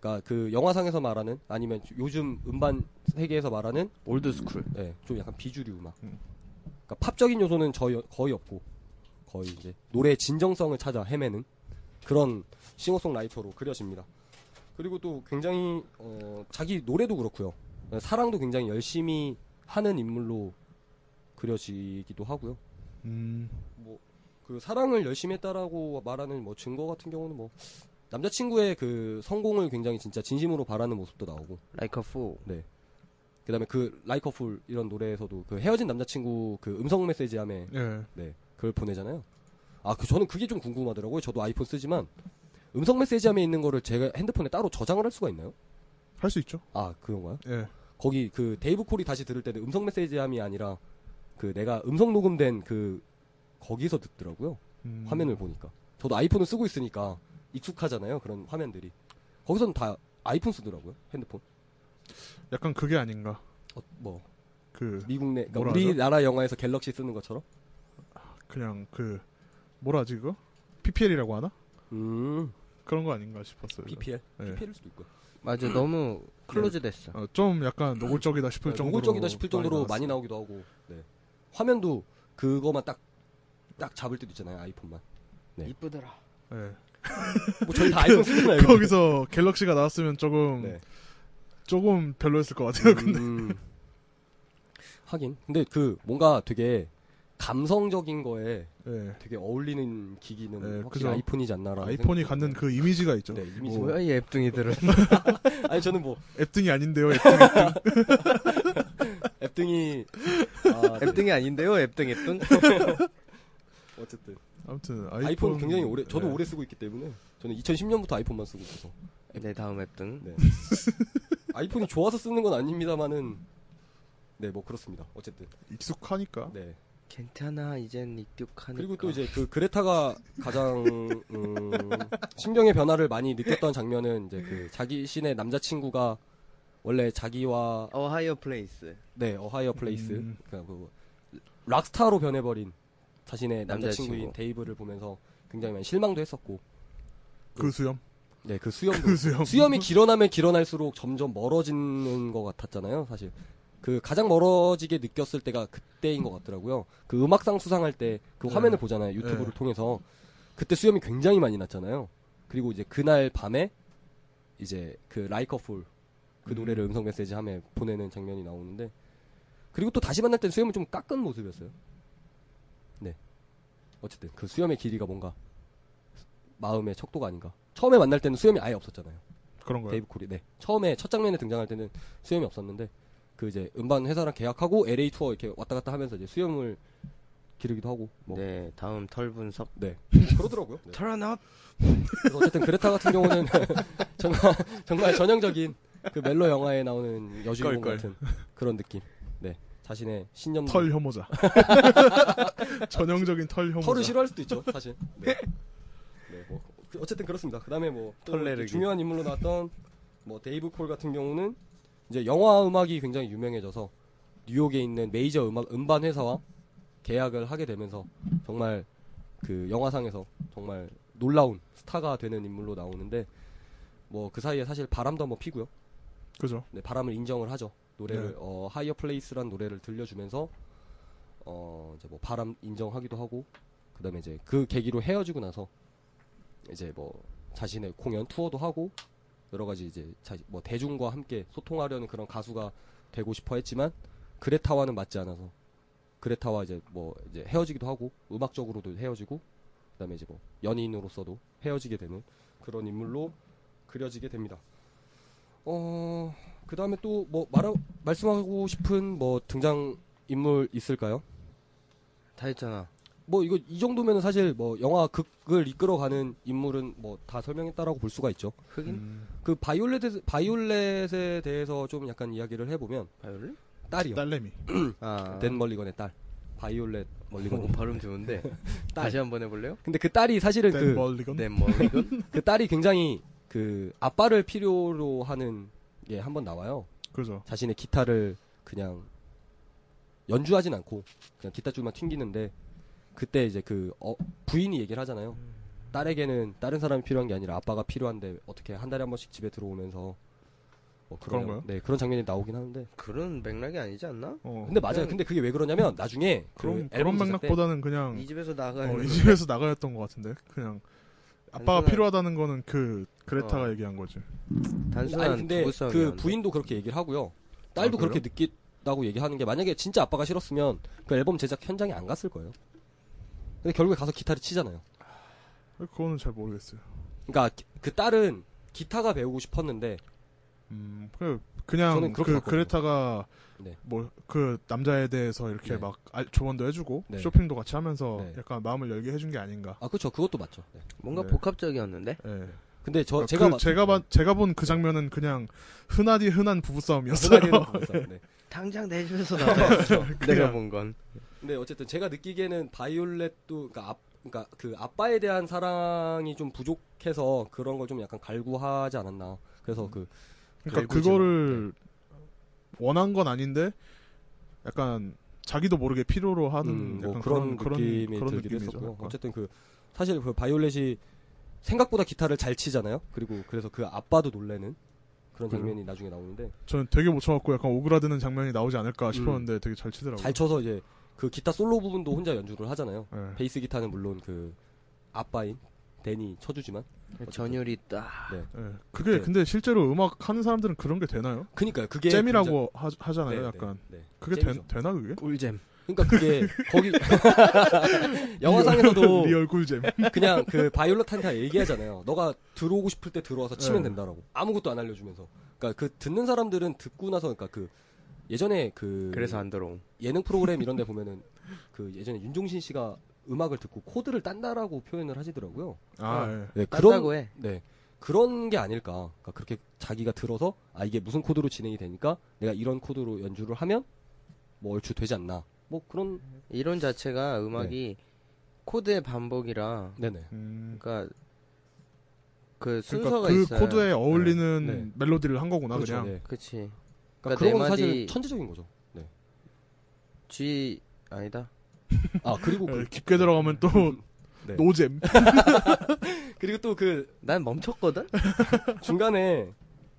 그러니까 그 영화상에서 말하는 아니면 요즘 음반 세계에서 말하는
올드 스쿨.
네, 좀 약간 비주류 음악.
음.
그러니까 팝적인 요소는 저희 거의 없고 거의 이제 노래의 진정성을 찾아 헤매는 그런 싱어송라이터로 그려집니다. 그리고 또 굉장히 어, 자기 노래도 그렇고요. 네, 사랑도 굉장히 열심히 하는 인물로 그려지기도 하고요.
음.
뭐 그 사랑을 열심히 했다라고 말하는 뭐 증거 같은 경우는 뭐 남자친구의 그 성공을 굉장히 진짜 진심으로 바라는 모습도 나오고 네.
라이카 포.
그다음에 그 라이커 풀 이런 노래에서도 그 헤어진 남자친구 그 음성 메시지함에
예.
네 그걸 보내잖아요. 아 그 저는 그게 좀 궁금하더라고요. 저도 아이폰 쓰지만 음성 메시지함에 있는 거를 제가 핸드폰에 따로 저장을 할 수가 있나요?
할 수 있죠.
아 그런가요?
예.
거기 그 데이브 콜이 다시 들을 때는 음성 메시지함이 아니라 그 내가 음성 녹음된 그 거기서 듣더라고요.
음,
화면을 보니까 저도 아이폰을 쓰고 있으니까 익숙하잖아요 그런 화면들이 거기서는 다 아이폰 쓰더라고요 핸드폰
약간 그게 아닌가.
어, 뭐
그
미국 내 그러니까
뭐라 하죠?
우리나라 영화에서 갤럭시 쓰는 것처럼
그냥 그 뭐라 하지 그거? PPL이라고 하나?
음
그런 거 아닌가 싶었어요.
PPL?
예.
PPL일 수도 있고.
맞아 너무 클로즈 됐어.
어, 좀 약간 노골적이다 싶을 정도로
아, 네, 노골적이다 싶을 정도로 많이,
나왔어요.
나오기도 하고. 네. 화면도 그거만 딱, 딱 잡을 때도 있잖아요. 아이폰만. 네.
이쁘더라.
예.
뭐 저희 다 아이폰 쓰잖아요.
그 거기서 갤럭시가 나왔으면 조금
네.
조금 별로였을 것 같아요. 근데
음. 하긴. 근데 그 뭔가 되게 감성적인 거에
예.
되게 어울리는 기기는
네,
확실히
그죠.
아이폰이지 않나라는
아이폰이
생각이
갖는
들어요.
그 이미지가 있죠.
네, 이미지.
뭐,
뭐야 이 앱둥이들은.
아니 저는 뭐
앱등이 아닌데요. 앱등.
앱등이 아, 네.
앱등이 아닌데요 앱등 앱등.
어쨌든
아무튼 아이폰,
아이폰 은 굉장히 오래 저도
예.
오래 쓰고 있기 때문에 저는 2010년부터 아이폰만 쓰고 있어서
내 다음 앱등.
네. 아이폰이 좋아서 쓰는 건 아닙니다만은 네 뭐 그렇습니다. 어쨌든
익숙하니까.
네
괜찮아 이젠 익숙하니까.
그리고 또 이제 그 그레타가 가장 음, 신경의 변화를 많이 느꼈던 장면은 이제 그 자기 신의 남자친구가 원래 자기와
어하이어 플레이스
네 어하이어 플레이스
음.
그러니까 그 락스타로 변해버린 자신의
남자친구.
남자친구인 데이브를 보면서 굉장히 많이 실망도 했었고
그 수염.
네 그 수염도
그 수염.
수염이 길어나면 길어날수록 점점 멀어지는 것 같았잖아요, 사실. 그 가장 멀어지게 느꼈을 때가 그때인 것 같더라고요. 그 음악상 수상할 때 그
네.
화면을 보잖아요, 유튜브를
네.
통해서. 그때 수염이 굉장히 많이 났잖아요. 그리고 이제 그날 밤에 이제 그 라이커풀 그
음.
노래를 음성 메시지 함에 보내는 장면이 나오는데 그리고 또 다시 만날 땐 수염을 좀 깎은 모습이었어요. 네. 어쨌든 그 수염의 길이가 뭔가 마음의 척도가 아닌가. 처음에 만날 때는 수염이 아예 없었잖아요.
그런 거예요.
데이브 콜이 네 처음에 첫 장면에 등장할 때는 수염이 없었는데 그 이제 음반 회사랑 계약하고 LA 투어 이렇게 왔다 갔다 하면서 이제 수염을 기르기도 하고 뭐 네,
네 다음 털 분석
그러더라고요. 네.
털어놔
그래서 어쨌든 그레타 같은 경우는 정말 정말 전형적인 그 멜로 영화에 나오는 여주인공
껄껄.
같은 그런 느낌. 네 자신의 신념
털 혐오자. 전형적인 털 혐오자.
털을 싫어할 수도 있죠 사실. 네. 네, 뭐 그- 어쨌든 그렇습니다. 그다음에 뭐 또
털레르기.
중요한 인물로 나왔던 뭐 데이브 콜 같은 경우는 이제 영화 음악이 굉장히 유명해져서 뉴욕에 있는 메이저 음악 음반 회사와 계약을 하게 되면서 정말 그 영화상에서 정말 놀라운 스타가 되는 인물로 나오는데 뭐 그 사이에 사실 바람도 한번 피고요.
그죠.
네, 바람을 인정을 하죠. 노래를
그렇죠. 네.
어, 하이어 플레이스란 노래를 들려주면서 어 이제 뭐 바람 인정하기도 하고 그다음에 이제 그 계기로 헤어지고 나서 이제 뭐 자신의 공연 투어도 하고 여러 가지 이제 자, 뭐 대중과 함께 소통하려는 그런 가수가 되고 싶어 했지만 그레타와는 맞지 않아서 그레타와 이제 뭐 이제 헤어지기도 하고 음악적으로도 헤어지고 그다음에 이제 뭐 연인으로서도 헤어지게 되는 그런 인물로 그려지게 됩니다. 어 그다음에 또 뭐 말 말씀하고 싶은 뭐 등장 인물 있을까요?
다 했잖아.
뭐 이거 이 정도면은 사실 뭐 영화 극을 이끌어가는 인물은 뭐 다 설명했다라고 볼 수가 있죠.
흑인
음,
그 바이올렛에 바이올렛에 대해서 좀 약간 이야기를 해보면
바이올린?
딸이요.
음. 딸내미.
아
댄 멀리건의 딸. 바이올렛
오,
멀리건.
발음 좋은데 다시 한번 해볼래요? 네, 뭐,
근데 그 딸이 사실은 그
댄
그
멀리건.
댄 멀리건
딸이 굉장히 그 아빠를 필요로 하는 게 한번 나와요.
그죠.
자신의 기타를 그냥 연주하진 않고 그냥 기타줄만 튕기는데 그때 이제 그 어, 부인이 얘기를 하잖아요. 딸에게는 다른 사람이 필요한 게 아니라 아빠가 필요한데 어떻게 한 달에 한 번씩 집에 들어오면서 뭐 그런
그런가요?
네 그런 장면이 나오긴 하는데
그런 맥락이 아니지 않나?
어.
근데 맞아요.
그냥-
근데 그게 왜 그러냐면 나중에 그
그런 그런
앨범 제작 때
맥락보다는 그냥
이 집에서 나가.
어, 이 집에서 나가였던 것 같은데 그냥 아빠가
단순한-
필요하다는 거는 그 그레타가
어.
얘기한 거지.
단순한
아니 근데
부부싸움이
그 부인도 그렇게 얘기를 하고요. 딸도
음. 아, 그래요?
그렇게 느끼다고 얘기하는 게 만약에 진짜 아빠가 싫었으면 그 앨범 제작 현장에 안 갔을 거예요. 근데 결국에 가서 기타를 치잖아요.
그거는 잘 모르겠어요.
그러니까 기- 그 딸은 기타가 배우고 싶었는데
음, 그- 그냥
저는
그
그렇게 봤거든요.
그레타가
네.
뭐 그 남자에 대해서 이렇게
네.
막 알- 조언도 해주고
네.
쇼핑도 같이 하면서
네.
약간 마음을 열게 해준 게 아닌가.
아 그렇죠 그것도 맞죠. 네.
뭔가
네.
복합적이었는데
예.
근데 저
그
아, 제가
제가
봤-
제가 봐- 제가 본 그 장면은 그냥 흔하디 흔한 부부싸움이었어요.
그날에는 보였어요. 네.
당장 내 집에서 나가. 내가
그냥-
본 건.
근데 어쨌든 제가 느끼기에는 바이올렛도 그러니까, 아, 그러니까 그 아빠에 대한 사랑이 좀 부족해서 그런 걸 좀 약간 갈구하지 않았나. 그래서 그
그러니까
결국이지만, 네.
그거를 원한 건 아닌데 약간 자기도 모르게 필요로 하는
음, 뭐
약간
그런,
그런 그런
느낌이
그런
들기도
느낌이죠. 그러니까
했었고
약간.
어쨌든 그 사실 그 바이올렛이 생각보다 기타를 잘 치잖아요. 그리고 그래서 그 아빠도 놀래는 그런
그래요?
장면이 나중에 나오는데
저는 되게 못 쳐갖고 약간 오그라드는 장면이 나오지 않을까 싶었는데 되게 잘 치더라고요.
음. 잘 쳐서 이제 그 기타 솔로 부분도 혼자 연주를 하잖아요.
예.
베이스 기타는 물론 그 아빠인 데니 쳐주지만
전율이 딱
예. 그게
네.
근데 실제로 음악 하는 사람들은 그런 게 되나요?
그니까요. 그게
잼이라고 하,
굉장히-
하잖아요,
네,
약간.
네, 네.
그게
잼이죠.
되, 나 그게?
꿀잼.
그러니까 그게 거기 영화상에서도
리얼 꿀잼.
그냥 그 바이올렛한테 얘기하잖아요. 너가 들어오고 싶을 때 들어와서 치면
네.
된다라고. 아무것도 안 알려주면서. 그러니까 그 듣는 사람들은 듣고 나서 그러니까 그 예전에 그
그래서 안 들어옴.
예능 프로그램 이런 데 보면은 그 예전에 윤종신 씨가 음악을 듣고 코드를 딴다라고 표현을 하시더라고요.
아, 예.
네,
딴다고 해.
네. 그런 게 아닐까. 그러니까 그렇게 자기가 들어서 아 이게 무슨 코드로 진행이 되니까 내가 이런 코드로 연주를 하면 뭐 얼추 되지 않나. 뭐 그런
이론 자체가 음악이
네.
코드의 반복이라
네네.
음.
그러니까 그 순서가
그러니까 그
있어요.
코드에 어울리는
네, 네.
멜로디를 한 거구나,
그렇죠.
그냥.
네.
그치.
그러니까
그러니까
그런
네
건 사실
마디-
천재적인 거죠. 네.
G 아니다.
아 그리고 그,
예, 깊게 들어가면 또
네.
노잼.
그리고 또 그
난 멈췄거든.
중간에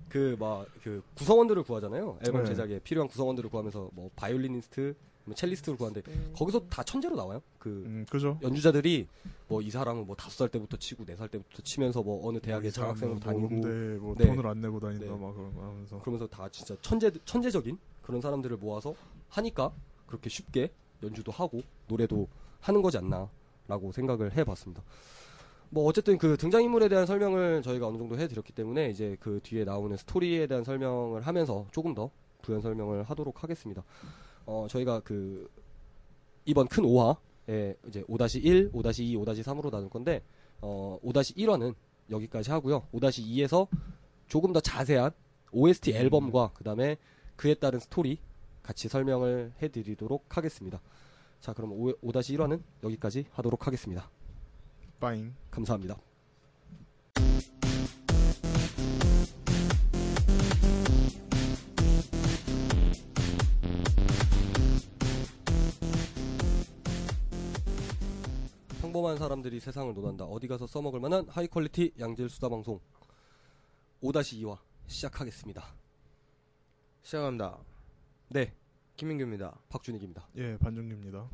그 막 그 구성원들을 구하잖아요. 앨범
네.
제작에 필요한 구성원들을 구하면서 뭐 바이올리니스트, 뭐 첼리스트를 구하는데
네.
거기서 다 천재로 나와요. 그
음, 그죠?
연주자들이 뭐 이 사람은 뭐 다섯 살 때부터 치고 네 살 때부터 치면서 뭐 어느 대학에 장학생으로
뭐
다니고
음대 뭐
네.
돈을 안 내고 다닌다
네.
막 그런 거 하면서.
그러면서 다 진짜 천재 천재적인 그런 사람들을 모아서 하니까 그렇게 쉽게 연주도 하고 노래도 하는 거지 않나라고 생각을 해봤습니다. 뭐 어쨌든 그 등장 인물에 대한 설명을 저희가 어느 정도 해드렸기 때문에 이제 그 뒤에 나오는 스토리에 대한 설명을 하면서 조금 더 부연 설명을 하도록 하겠습니다. 어 저희가 그 이번 큰 5화에 이제 5-1, 5-2, 5-3으로 나눌 건데 어 5-1화는 여기까지 하고요. 5-2에서 조금 더 자세한 OST 앨범과 그다음에 그에 따른 스토리 같이 설명을 해드리도록 하겠습니다. 자, 그럼 5, 5-1화는 여기까지 하도록 하겠습니다.
빠잉.
감사합니다. 평범한 사람들이 세상을 논한다. 어디 가서 써먹을 만한 하이 퀄리티 양질 수다 방송 5-2화 시작하겠습니다.
시작합니다.
네,
김민규입니다.
박준익입니다.
예, 반정규입니다.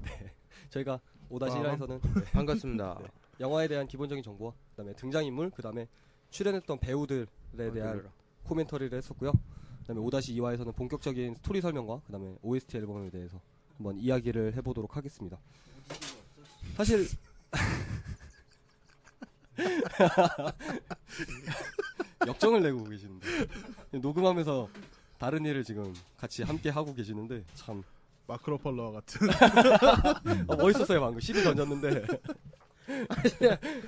저희가
아.
5-1화에서는
네. 반갑습니다.
영화에 대한 기본적인 정보와 그다음에 등장인물, 그다음에 출연했던 배우들에 대한 코멘터리를 했었고요. 그다음에 5-2화에서는 본격적인 스토리 설명과 그다음에 OST 앨범에 대해서 한번 이야기를 해보도록 하겠습니다. 사실 역정을 내고 계시는데 녹음하면서 다른 일을 지금 같이 함께 하고 계시는데 참
마크로폴러와 같은.
아, 멋있었어요 방금 시비 던졌는데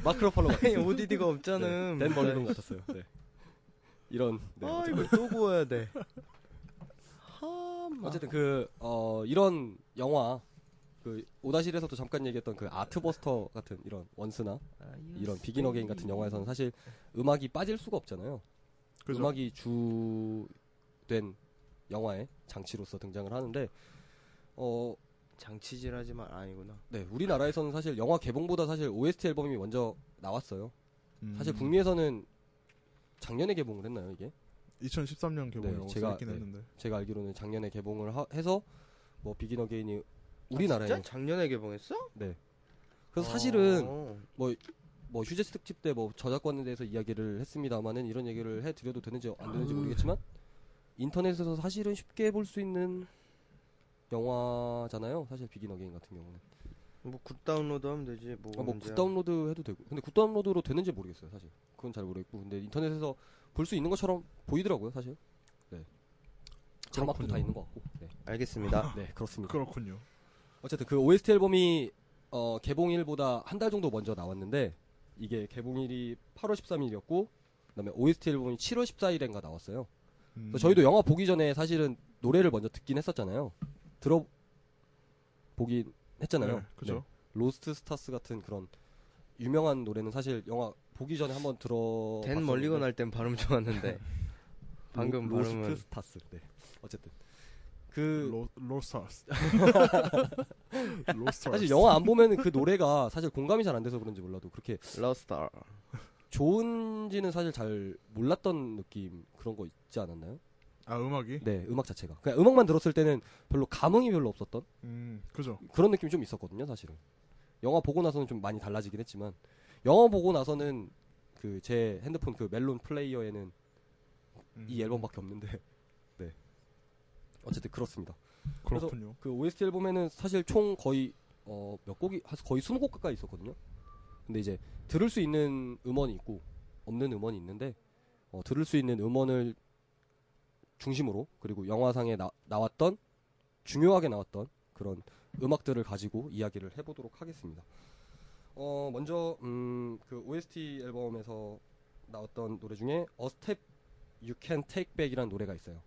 마크로폴로 같았어요.
아니 ODD가 없잖아.
네, 댄 버리는 것 같았어요. 네. 이런 네,
아
어쨌든.
이걸 또 구워야 돼. 하마.
어쨌든 그 어, 이런 영화 그 오다실에서도 잠깐 얘기했던 그 아트버스터 같은 이런 원스나 이런 비긴 어게인 같은 영화에서는 사실 음악이 빠질 수가 없잖아요.
그죠?
음악이 주된 영화의 장치로서 등장을 하는데 어,
장치질하지만 아니구나.
네, 우리나라에서는 사실 영화 개봉보다 사실 OST 앨범이 먼저 나왔어요.
음,
사실 북미에서는 작년에 개봉을 했나요, 이게?
2013년 개봉이라고
네, 제가-
긴
네.
했는데.
제가 알기로는 작년에 개봉을 하- 해서 뭐 비긴 어게인이 우리나라에
아, 진짜 작년에 개봉했어?
네. 그래서 사실은
어.
뭐 휴제스 특집 때 뭐 저작권에 대해서 이야기를 했습니다만은 이런 얘기를 해드려도 되는지 안 되는지
음.
모르겠지만 인터넷에서 사실은 쉽게 볼 수 있는 영화잖아요. 사실 비긴 어게인 같은 경우는
뭐 굿다운로드 하면 되지. 뭐.
아, 뭐
문제야.
굿다운로드 해도 되고 근데 굿다운로드로 되는지 모르겠어요. 사실 그건 잘 모르겠고 근데 인터넷에서 볼 수 있는 것처럼 보이더라고요. 사실 네. 자막도
그렇군요.
다 있는 것 같고 네,
알겠습니다.
네 그렇습니다.
그렇군요.
어쨌든 그 OST 앨범이 어, 개봉일보다 한 달 정도 먼저 나왔는데 이게 개봉일이 8월 13일이었고 그다음에 OST 앨범이 7월 14일인가 나왔어요.
음.
그래서 저희도 영화 보기 전에 사실은 노래를 먼저 듣긴 했었잖아요. 들어 보긴 했잖아요.
네, 그죠?
네. 로스트 스타스 같은 그런 유명한 노래는 사실 영화 보기 전에 한번 들어
댄 멀리건 할 땐 발음 좋았는데 방금
로,
발음은-
로스트 스타스. 네. 어쨌든 그
로, 로스타스. 로스타스.
사실 영화 안 보면 그 노래가 사실 공감이 잘 안 돼서 그런지 몰라도 그렇게
러스타.
좋은지는 사실 잘 몰랐던 느낌 그런 거 있지 않았나요?
아 음악이?
네, 음악 자체가. 그냥 음악만 들었을 때는 별로 감흥이 별로 없었던
음 그죠.
그런 느낌이 좀 있었거든요, 사실은. 영화 보고 나서는 좀 많이 달라지긴 했지만 영화 보고 나서는 그 제 핸드폰 그 멜론 플레이어에는
음.
이 앨범밖에 없는데. 네. 어쨌든 그렇습니다.
그렇군요.
그 OST 앨범에는 사실 총 거의 어 몇 곡이 한 거의 20곡 가까이 있었거든요. 근데 이제 들을 수 있는 음원이 있고 없는 음원이 있는데 어 들을 수 있는 음원을 중심으로 그리고 영화상에 나, 나왔던 중요하게 나왔던 그런 음악들을 가지고 이야기를 해보도록 하겠습니다. 어 먼저 음그 OST 앨범에서 나왔던 노래 중에 A Step You Can Take Back이라는 노래가 있어요.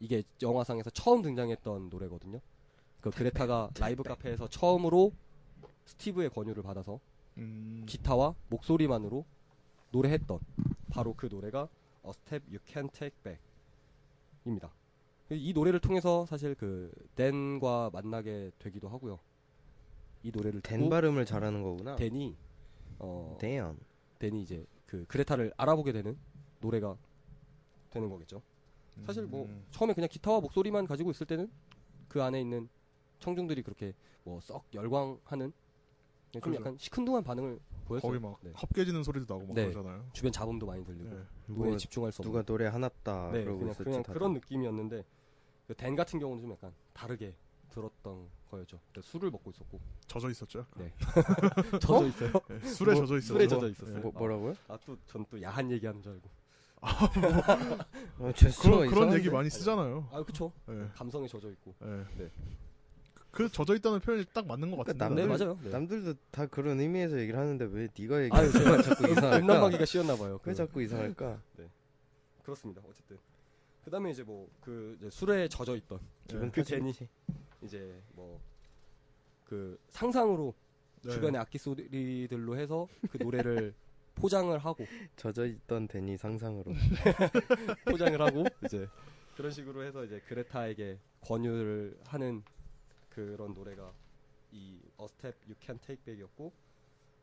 이게 영화상에서 처음 등장했던 노래거든요. 그 그레타가 라이브 카페에서 처음으로 스티브의 권유를 받아서
음,
기타와 목소리만으로 노래했던 바로 그 노래가 A Step You Can Take Back입니다. 이 노래를 통해서 사실 그 댄과 만나게 되기도 하고요. 이 노래를
댄
듣고
발음을 잘하는 거구나.
댄이 어
댄.
댄이 이제 그 그레타를 알아보게 되는 노래가 되는 거겠죠. 사실 뭐
음.
처음에 그냥 기타와 목소리만 가지고 있을 때는 그 안에 있는 청중들이 그렇게 뭐 썩 열광하는 좀
그죠.
약간 시큰둥한 반응을 보였어요.
거기 막
네.
헛깨지는 소리도 나고 막
네.
그러잖아요.
주변 잡음도 많이 들리고
뭐 네.
노래에
누가,
집중할 수 없는
누가 노래 하났다
뭐. 네,
그러고
그냥,
있었지.
그냥
다들.
그런 느낌이었는데 그 댄 같은 경우는 좀 약간 다르게 들었던 거였죠. 그러니까 술을 먹고 있었고
젖어 있었죠.
젖어 있어요.
네, 술에
뭐,
젖어 있었죠.
술에 젖어 있었어요.
네.
뭐, 뭐라고요?
아 또 전 또 야한 얘기하는 줄 알고.
어, 죄송.
예. 그런 그런 얘기 많이 쓰잖아요.
아 그쵸.
네.
감성에 젖어 있고.
네.
네.
그- 그 젖어 있다는 표현이 딱 맞는 것
그러니까
같은데.
네
남들-
맞아요. 네.
남들도 다 그런 의미에서 얘기를 하는데 왜 네가
아유 제가
얘기하면 자꾸 이상할까?
음란마귀가 씌었나 봐요.
왜
그-
자꾸 이상할까?
그렇습니다. 어쨌든 그다음에 이제 뭐 그 술에 젖어 있던
기분
그
탓이겠지.
제니. 이제 뭐 그 상상으로
네.
주변의 악기 소리들로 해서 그 노래를 포장을 하고
젖어 있던 데니 상상으로.
포장을 하고 이제 그런 식으로 해서 이제 그레타에게 권유를 하는 그런 노래가 이 A Step You Can Take Back이었고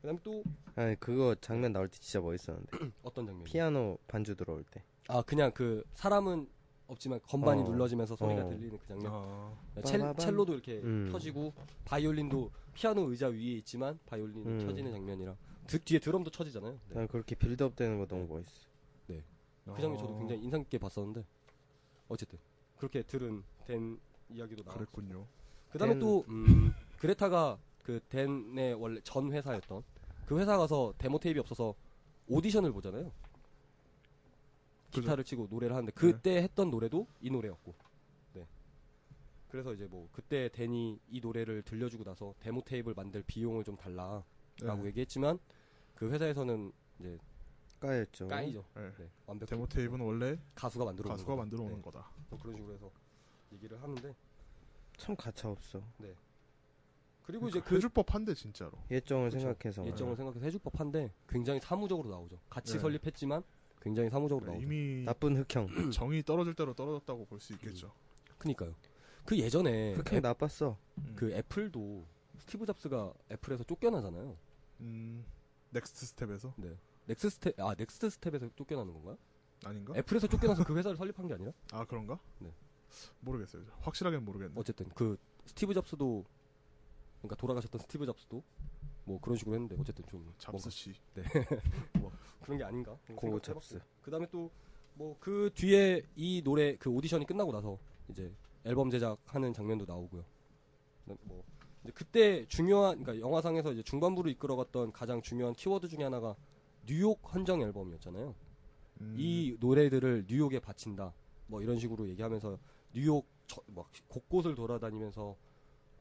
그다음에 또
아니 그거 장면 나올 때 진짜 멋있었는데.
어떤 장면이
피아노 반주 들어올 때.
아 그냥 그 사람은 없지만 건반이
어.
눌러지면서 소리가
어.
들리는 그 장면
아,
첼,
빠바밤.
첼로도 이렇게
음.
켜지고 바이올린도 피아노 의자 위에 있지만 바이올린이
음.
켜지는 장면이라 드- 뒤에 드럼도 쳐지잖아요. 네.
난 그렇게 빌드업 되는 거 너무 멋있어.
그 장면 저도
아,
굉장히 인상 깊게 봤었는데 어쨌든 그렇게 들은 된 이야기도 나왔고
그랬군요.
그다음에
댄-
또 음, 그레타가 그 댄의 원래 전 회사였던 그 회사 가서 데모 테이프 없어서 오디션을 보잖아요.
그죠. 네.
기타를 치고 노래를 하는데 그때 했던 노래도 이 노래였고. 네. 그래서 이제 뭐 그때 댄이 이 노래를 들려주고 나서 데모 테이프를 만들 비용을 좀 달라라고
네.
얘기했지만 그 회사에서는
까였죠.
까이죠.
네.
네. 완벽히
데모 테이프는 원래
가수가 만들어
가수가 만들어 오는 거다.
뭐 그런 식으로 해서 얘기를 하는데
참 가차 없어.
그러니까
그리고 이제 그
해줄 법한데 진짜로.
예정을
그쵸.
생각해서.
예정을 생각해서 해줄 법한데 굉장히 사무적으로 나오죠. 같이
네.
설립했지만 굉장히 사무적으로 나오죠.
이미
나쁜 흑형.
네.
정이 떨어질 대로 떨어졌다고 볼 수 있겠죠.
그니까요. 그 예전에
흑형
애-
나빴어.
그 애플도 스티브 잡스가 애플에서 쫓겨나잖아요.
음, 넥스트 스텝에서
네. 넥스트 스텝 아 넥스트 스텝에서 쫓겨나는 건가요?
아닌가?
애플에서 쫓겨나서 그 회사를 설립한 게 아니라
아 그런가?
네.
모르겠어요. 확실하게는 모르겠네.
어쨌든 그 스티브 잡스도 그러니까 돌아가셨던 스티브 잡스도 뭐 그런 식으로 했는데 어쨌든 좀
잡스 씨.
뭔가 그런 게 아닌가?
고 잡스.
그다음에 또 뭐 그 뒤에 이 노래 그 오디션이 끝나고 나서 이제 앨범 제작하는 장면도 나오고요. 그다음에 뭐 이제 그때 중요한 그러니까 영화상에서 이제 중반부를 이끌어갔던 가장 중요한 키워드 중에 하나가 뉴욕 헌정 앨범이었잖아요.
음,
이 노래들을 뉴욕에 바친다. 뭐 이런 식으로 얘기하면서 뉴욕 저- 막 곳곳을 돌아다니면서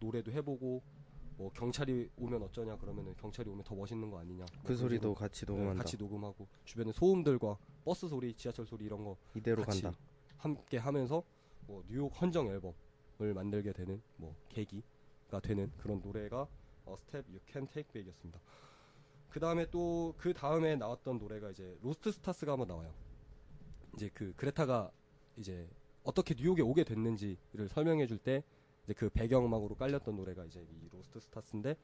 노래도 해보고 뭐 경찰이 오면 어쩌냐 그러면은 경찰이 오면 더 멋있는 거 아니냐. 뭐
그
그런 식으로
소리도 같이 녹음한다.
같이 녹음하고 주변의 소음들과 버스 소리, 지하철 소리 이런 거
이대로
같이
간다.
함께 하면서 뭐 뉴욕 헌정 앨범을 만들게 되는 뭐 계기가 되는 그런 노래가 어, 스텝 You Can Take Back이었습니다. 그 다음에 또 그 다음에 나왔던 노래가 이제 로스트 스타스가 한번 나와요. 이제 그 그레타가 이제 어떻게 뉴욕에 오게 됐는지를 설명해 줄 때 이제 그 배경음악으로 깔렸던 노래가 이제 이 로스트 스타스인데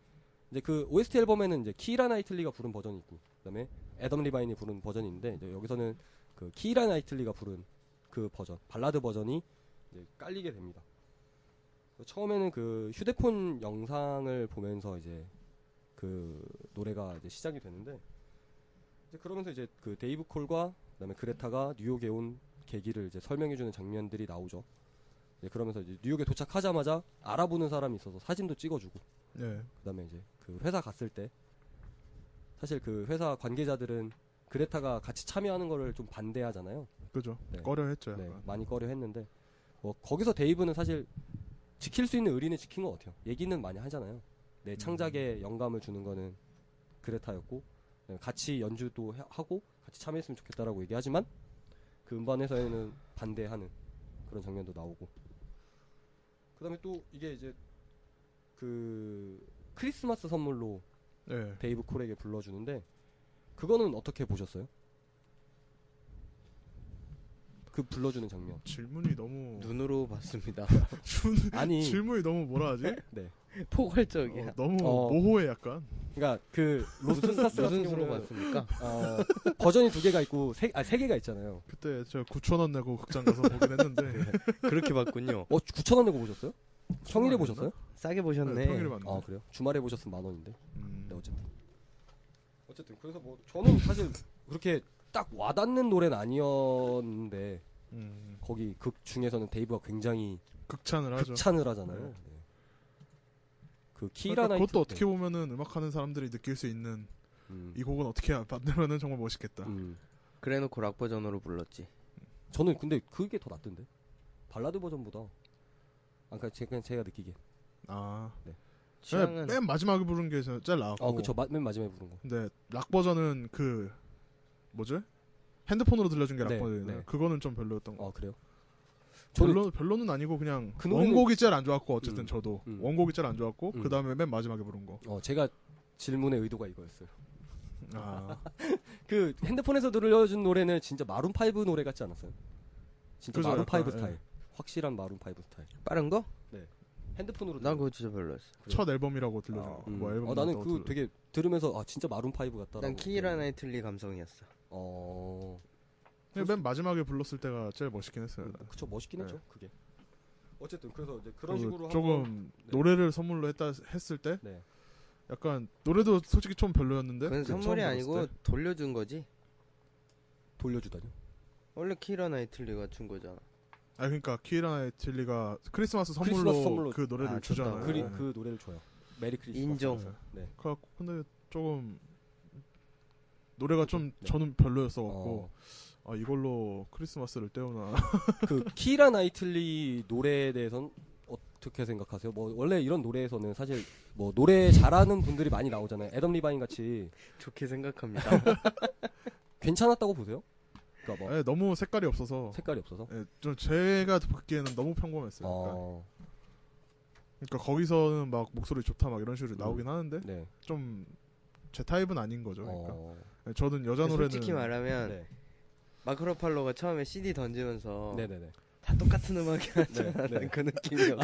이제 그 OST 앨범에는 이제 키이라 나이틀리가 부른 버전이 있고 그다음에 애덤 리바인이 부른 버전이 있는데 이제 여기서는 그 키이라 나이틀리가 부른 그 버전 발라드 버전이 이제 깔리게 됩니다. 그래서 처음에는 그 휴대폰 영상을 보면서 이제 그 노래가 이제 시작이 되는데 이제 그러면서 이제 그 데이브 콜과 그다음에 그레타가 뉴욕에 온 계기를 이제 설명해주는 장면들이 나오죠. 이제 그러면서 이제 뉴욕에 도착하자마자 알아보는 사람이 있어서 사진도 찍어주고
네.
그다음에 이제 그 회사 갔을 때 사실 그 회사 관계자들은 그레타가 같이 참여하는 거를 좀 반대하잖아요.
그죠.
네.
꺼려했죠.
네,
약간.
많이 꺼려 했는데 뭐 거기서 데이브는 사실 지킬 수 있는 의리는 지킨 것 같아요. 얘기는 많이 하잖아요. 내 창작에 영감을 주는 거는 그레타였고 네, 같이 연주도 하- 하고 같이 참여했으면 좋겠다라고 얘기하지만 그 음반에서는 반대하는 그런 장면도 나오고 그다음에 또 이게 이제 그 크리스마스 선물로
네.
데이브 콜에게 불러주는데 그거는 어떻게 보셨어요? 그 불러주는 장면.
질문이 너무
눈으로 봤습니다.
준-
아니,
질문이 너무 뭐라 하지?
네.
음, 포괄적이야.
어, 너무
어.
모호해 약간.
그러니까 그 로스트 스타스 같은
무슨 수로
경우는
봤습니까?
어, 버전이 두 개가 있고 세, 아, 세 개가 있잖아요.
그때 제가 9천 원 내고 극장 가서 보긴
네.
했는데
그렇게 봤군요.
어, 9천 원 내고 보셨어요? 평일에
원이었나?
보셨어요?
싸게
네, 평일에
보셨네.
봤네.
아, 그래요? 주말에 보셨으면 만 원인데.
음.
네, 어쨌든. 어쨌든 그래서 뭐 저는 사실 그렇게 딱 와닿는 노래는 아니었는데
음.
거기 극 중에서는 데이브가 굉장히
극찬을 하죠.
극찬을 하잖아요.
네.
네. 그 키라
그러니까
나이트
그것도
때.
어떻게 보면은 음악하는 사람들이 느낄 수 있는
음,
이 곡은 어떻게 만들면은 정말 멋있겠다.
음.
그래놓고 락 버전으로 불렀지.
저는 근데 그게 더 낫던데 발라드 버전보다 아까 제가 그냥 제가 느끼기에
아, 네,
취향은
맨 마지막에 부른 게 제일 나왔고.
어 그쵸 마, 맨 마지막에 부른 거
근데 락 버전은 그 뭐지? 핸드폰으로 들려준 게 락
네,
버전이네.
네.
그거는 좀 별로였던 거.
어 그래요 저는
별로 별로는 아니고 그냥
그 노래는-
원곡이 제일 안 좋았고 어쨌든
음,
저도
음.
원곡이 제일 안 좋았고
음.
그 다음에 맨 마지막에 부른 거.
어 제가 질문의 의도가 이거였어요
아,
그 핸드폰에서 들려준 노래는 진짜 마룬 파이브 노래 같지 않았어요 진짜
그죠,
마룬
약간,
파이브
예.
스타일 확실한 마룬 파이브 스타일
빠른 거?
핸드폰으로
난 그거 진짜 별로였어.
첫 앨범이라고 들려준
아,
거.
음.
뭐 앨범
어, 나는
나왔다고
그
들려준
되게 들으면서 아 진짜 마룬 파이브 같다
난 키이라 나이틀리 감성이었어.
어
근데 맨 마지막에 불렀을 때가 제일 멋있긴 했어요. 나는.
그쵸 멋있긴
네.
했죠 그게 어쨌든 그래서 이제 그런
그리고
식으로
조금
한번- 네.
노래를 선물로 했다 했을 때
네
약간 노래도 솔직히 좀 별로였는데.
그건
그 처음
선물이
들었을
아니고
때.
돌려준 거지.
돌려주다니
원래 키이라 나이틀리가 준 거잖아.
아 그러니까 키라의 틸리가 크리스마스 선물로,
크리스마스 선물로-
그 노래를
아,
주잖아요.
줬다고.
그리,
네.
그 노래를 줘요. 메리 크리스마스.
인정.
네.
그래갖고 근데 조금 노래가 좀
네.
저는 별로였어
어,
갖고 아 이걸로 크리스마스를 때우나
그 키라 나이틀리 노래에 대해서는 어떻게 생각하세요? 뭐 원래 이런 노래에서는 사실 뭐 노래 잘하는 분들이 많이 나오잖아요. 애덤 리바인 같이
좋게 생각합니다.
괜찮았다고 보세요? 그러니까 뭐
예, 너무 색깔이 없어서
색깔이 없어서.
예, 좀 제가 듣기에는 너무 평범했어요. 그러니까,
어,
그러니까 거기서는 막 목소리 좋다 막 이런 식으로 나오긴 하는데
네.
좀 제 타입은 아닌 거죠. 그러니까
어,
예, 저는 여자 노래는
솔직히 말하면
네.
마크로팔로가 처음에 CD 던지면서
네, 네, 네.
다 똑같은 음악이라는
네, 네.
그 느낌이었어.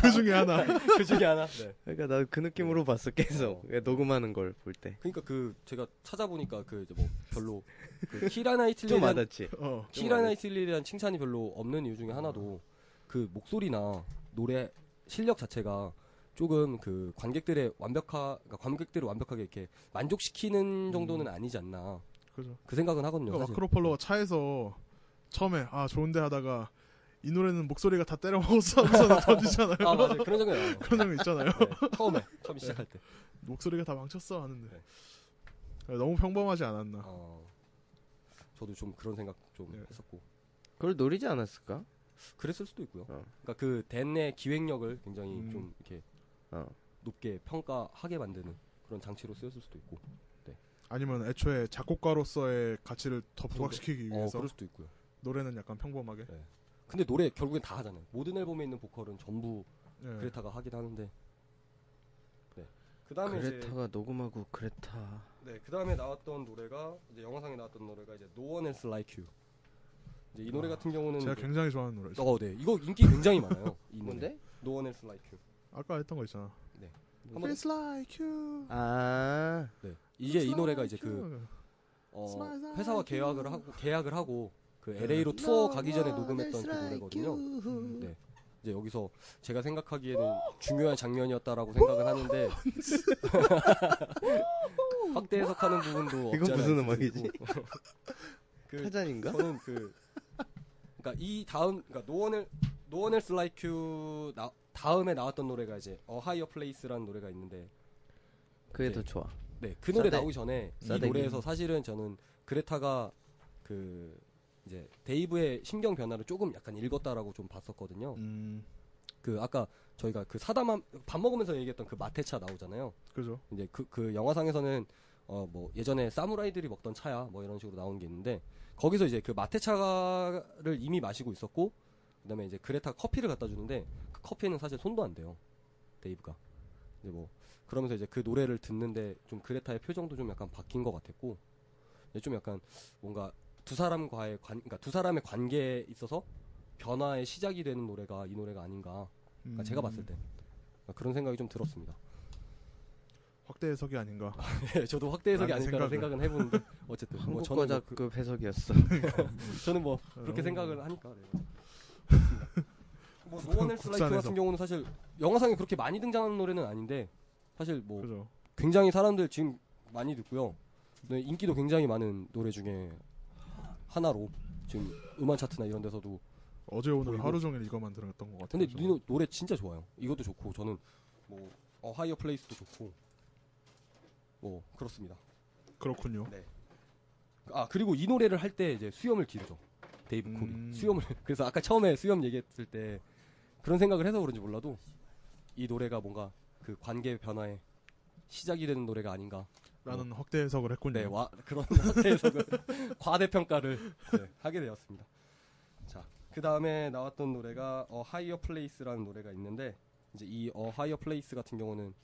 그 중에 하나.
그 중에 하나. 네.
그러니까 나도 그 느낌으로 봤어 계속 그러니까 녹음하는 걸 볼 때.
그러니까 그 제가 찾아보니까 그 이제 뭐 별로 그 키라 나이틀리
좀 와닿지.
어.
키라 나이틀리에 대한 칭찬이 별로 없는 이유 중에 하나도 그 목소리나 노래 실력 자체가 조금 그 관객들의 완벽하 그러니까 관객들을 완벽하게 이렇게 만족시키는 정도는 아니지 않나
그죠.
그 생각은 하거든요.
음. 그러니까
사실.
마크로폴로가 차에서 처음에 아 좋은데 하다가 이 노래는 목소리가 다 때려먹었어 하면서 던지잖아요.
아 맞아요 그런 장면 나와요.
그런 장면 있잖아요.
네, 처음에 처음 시작할 때.
목소리가 다 망쳤어 하는데
네.
아, 너무 평범하지 않았나.
어, 저도 좀 그런 생각 좀
네.
했었고
그걸 노리지 않았을까?
그랬을 수도 있고요.
어.
그러니까 그 댄의 기획력을 굉장히
음.
좀 이렇게
어.
높게 평가하게 만드는 그런 장치로 쓰였을 수도 있고. 어,
아니면 애초에 작곡가로서의 가치를 더 부각시키기
어
위해서
그럴 수도 있고요.
노래는 약간 평범하게.
근데 노래 결국엔 다 하잖아요. 모든 앨범에 있는 보컬은 전부
예.
그레타가 하긴 하는데. 네. 그다음에 이제
그레타가 녹음하고 그레타.
네, 그다음에 나왔던 노래가 이제 영화상에 나왔던 노래가 이제 No One Else Like You. 이제 이 노래 같은 경우는
아, 제가
이제-
굉장히 좋아하는 노래죠.
어, 네. 이거 인기 굉장히 많아요. 이 노래.
뭔데?
No One Else Like You.
아까 했던 거 있잖아.
네. 한번
It's like you.
아,
네. 이게
It's
이 노래가 이제
like
그
you.
어,
Smiles like
회사와
you.
계약을 하고 계약을 하고 그
네.
LA로 투어 가기 전에
No one
녹음했던
is
그
like
노래거든요.
you.
네. 이제 여기서 제가 생각하기에는 중요한 장면이었다라고 생각은 하는데 확대 해석하는 부분도 뭐
이건
없지 않아
무슨
있을 수
음악이지?
있고. 그
타잔인가?
저는 그 그러니까 이 다음 그러니까 노원을 노원을 슬라이큐 나, 다음에 나왔던 노래가 이제 어 하이어 플레이스라는 노래가 있는데
그게
네.
더 좋아.
네, 그 노래
싸대-
나오기 전에 이
싸대기.
노래에서 사실은 저는 그레타가 그 이제 데이브의 심경 변화를 조금 약간 읽었다라고 좀 봤었거든요.
음,
그 아까 저희가 그 사담함 밥 먹으면서 얘기했던 그 마테차 나오잖아요.
그죠.
이제 그 그 영화상에서는 어 뭐 예전에 사무라이들이 먹던 차야 뭐 이런 식으로 나온 게 있는데 거기서 이제 그 마테차를 이미 마시고 있었고 그다음에 이제 그레타 커피를 갖다 주는데 그 커피는 사실 손도 안 돼요 데이브가 이제 뭐 그러면서 이제 그 노래를 듣는데 좀 그레타의 표정도 좀 약간 바뀐 것 같았고 이제 좀 약간 뭔가 두 사람과의 관 그러니까 두 사람의 관계에 있어서 변화의 시작이 되는 노래가 이 노래가 아닌가
음,
그러니까 제가 봤을 때 그러니까 그런 생각이 좀 들었습니다.
확대 해석이 아닌가.
네, 저도 확대 해석이
라는
아닐까라는
생각을.
생각은 해보는데 어쨌든 뭐
한국
저는 뭐,
거자급 해석이었어.
저는 뭐 그렇게
어,
생각을 하니까 네. 뭐
국-
노원을 슬라이트
국산에서.
같은 경우는 사실 영화상에 그렇게 많이 등장하는 노래는 아닌데 사실 뭐
그죠.
굉장히 사람들 지금 많이 듣고요. 네, 인기도 굉장히 많은 노래 중에 하나로 지금 음원 차트나 이런 데서도
어제 오늘
보이고.
하루 종일 이거만 들었던 것 같아요.
근데
저는.
이 노- 노래 진짜 좋아요. 이것도 좋고 저는 뭐 어, 하이어 플레이스도 좋고 뭐 그렇습니다.
그렇군요.
어. 아 그리고 이 노래를 할 때 이제 수염을 기르죠 데이브
음.
콜이 수염을 그래서 아까 처음에 수염 얘기했을 때 그런 생각을 해서 그런지 몰라도 이 노래가 뭔가 그 관계 변화의 시작이 되는 노래가 아닌가
라는 확대 해석을 했군요.
네 와 그런 상태에서 과대평가를 네, 하게 되었습니다 자그 다음에 나왔던 노래가 어 하이어 플레이스라는 노래가 있는데 이제 이 어 하이어 플레이스 같은 경우는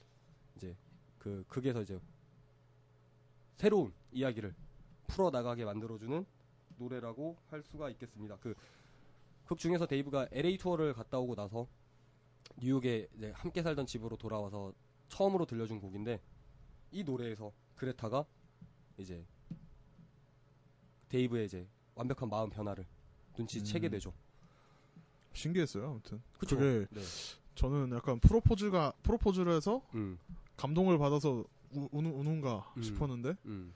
이제 그 극에서 이제 새로운 이야기를 풀어 나가게 만들어주는 노래라고 할 수가 있겠습니다. 그 극 중에서 데이브가 LA 투어를 갔다 오고 나서 뉴욕에 이제 함께 살던 집으로 돌아와서 처음으로 들려준 곡인데 이 노래에서 그레타가 이제 데이브의 이제 완벽한 마음 변화를 눈치채게
음.
되죠.
신기했어요. 아무튼
그쵸?
그게
네.
저는 약간 프로포즈가 프로포즈를 해서
음,
감동을 받아서 우, 우는 우는가
음.
싶었는데
음.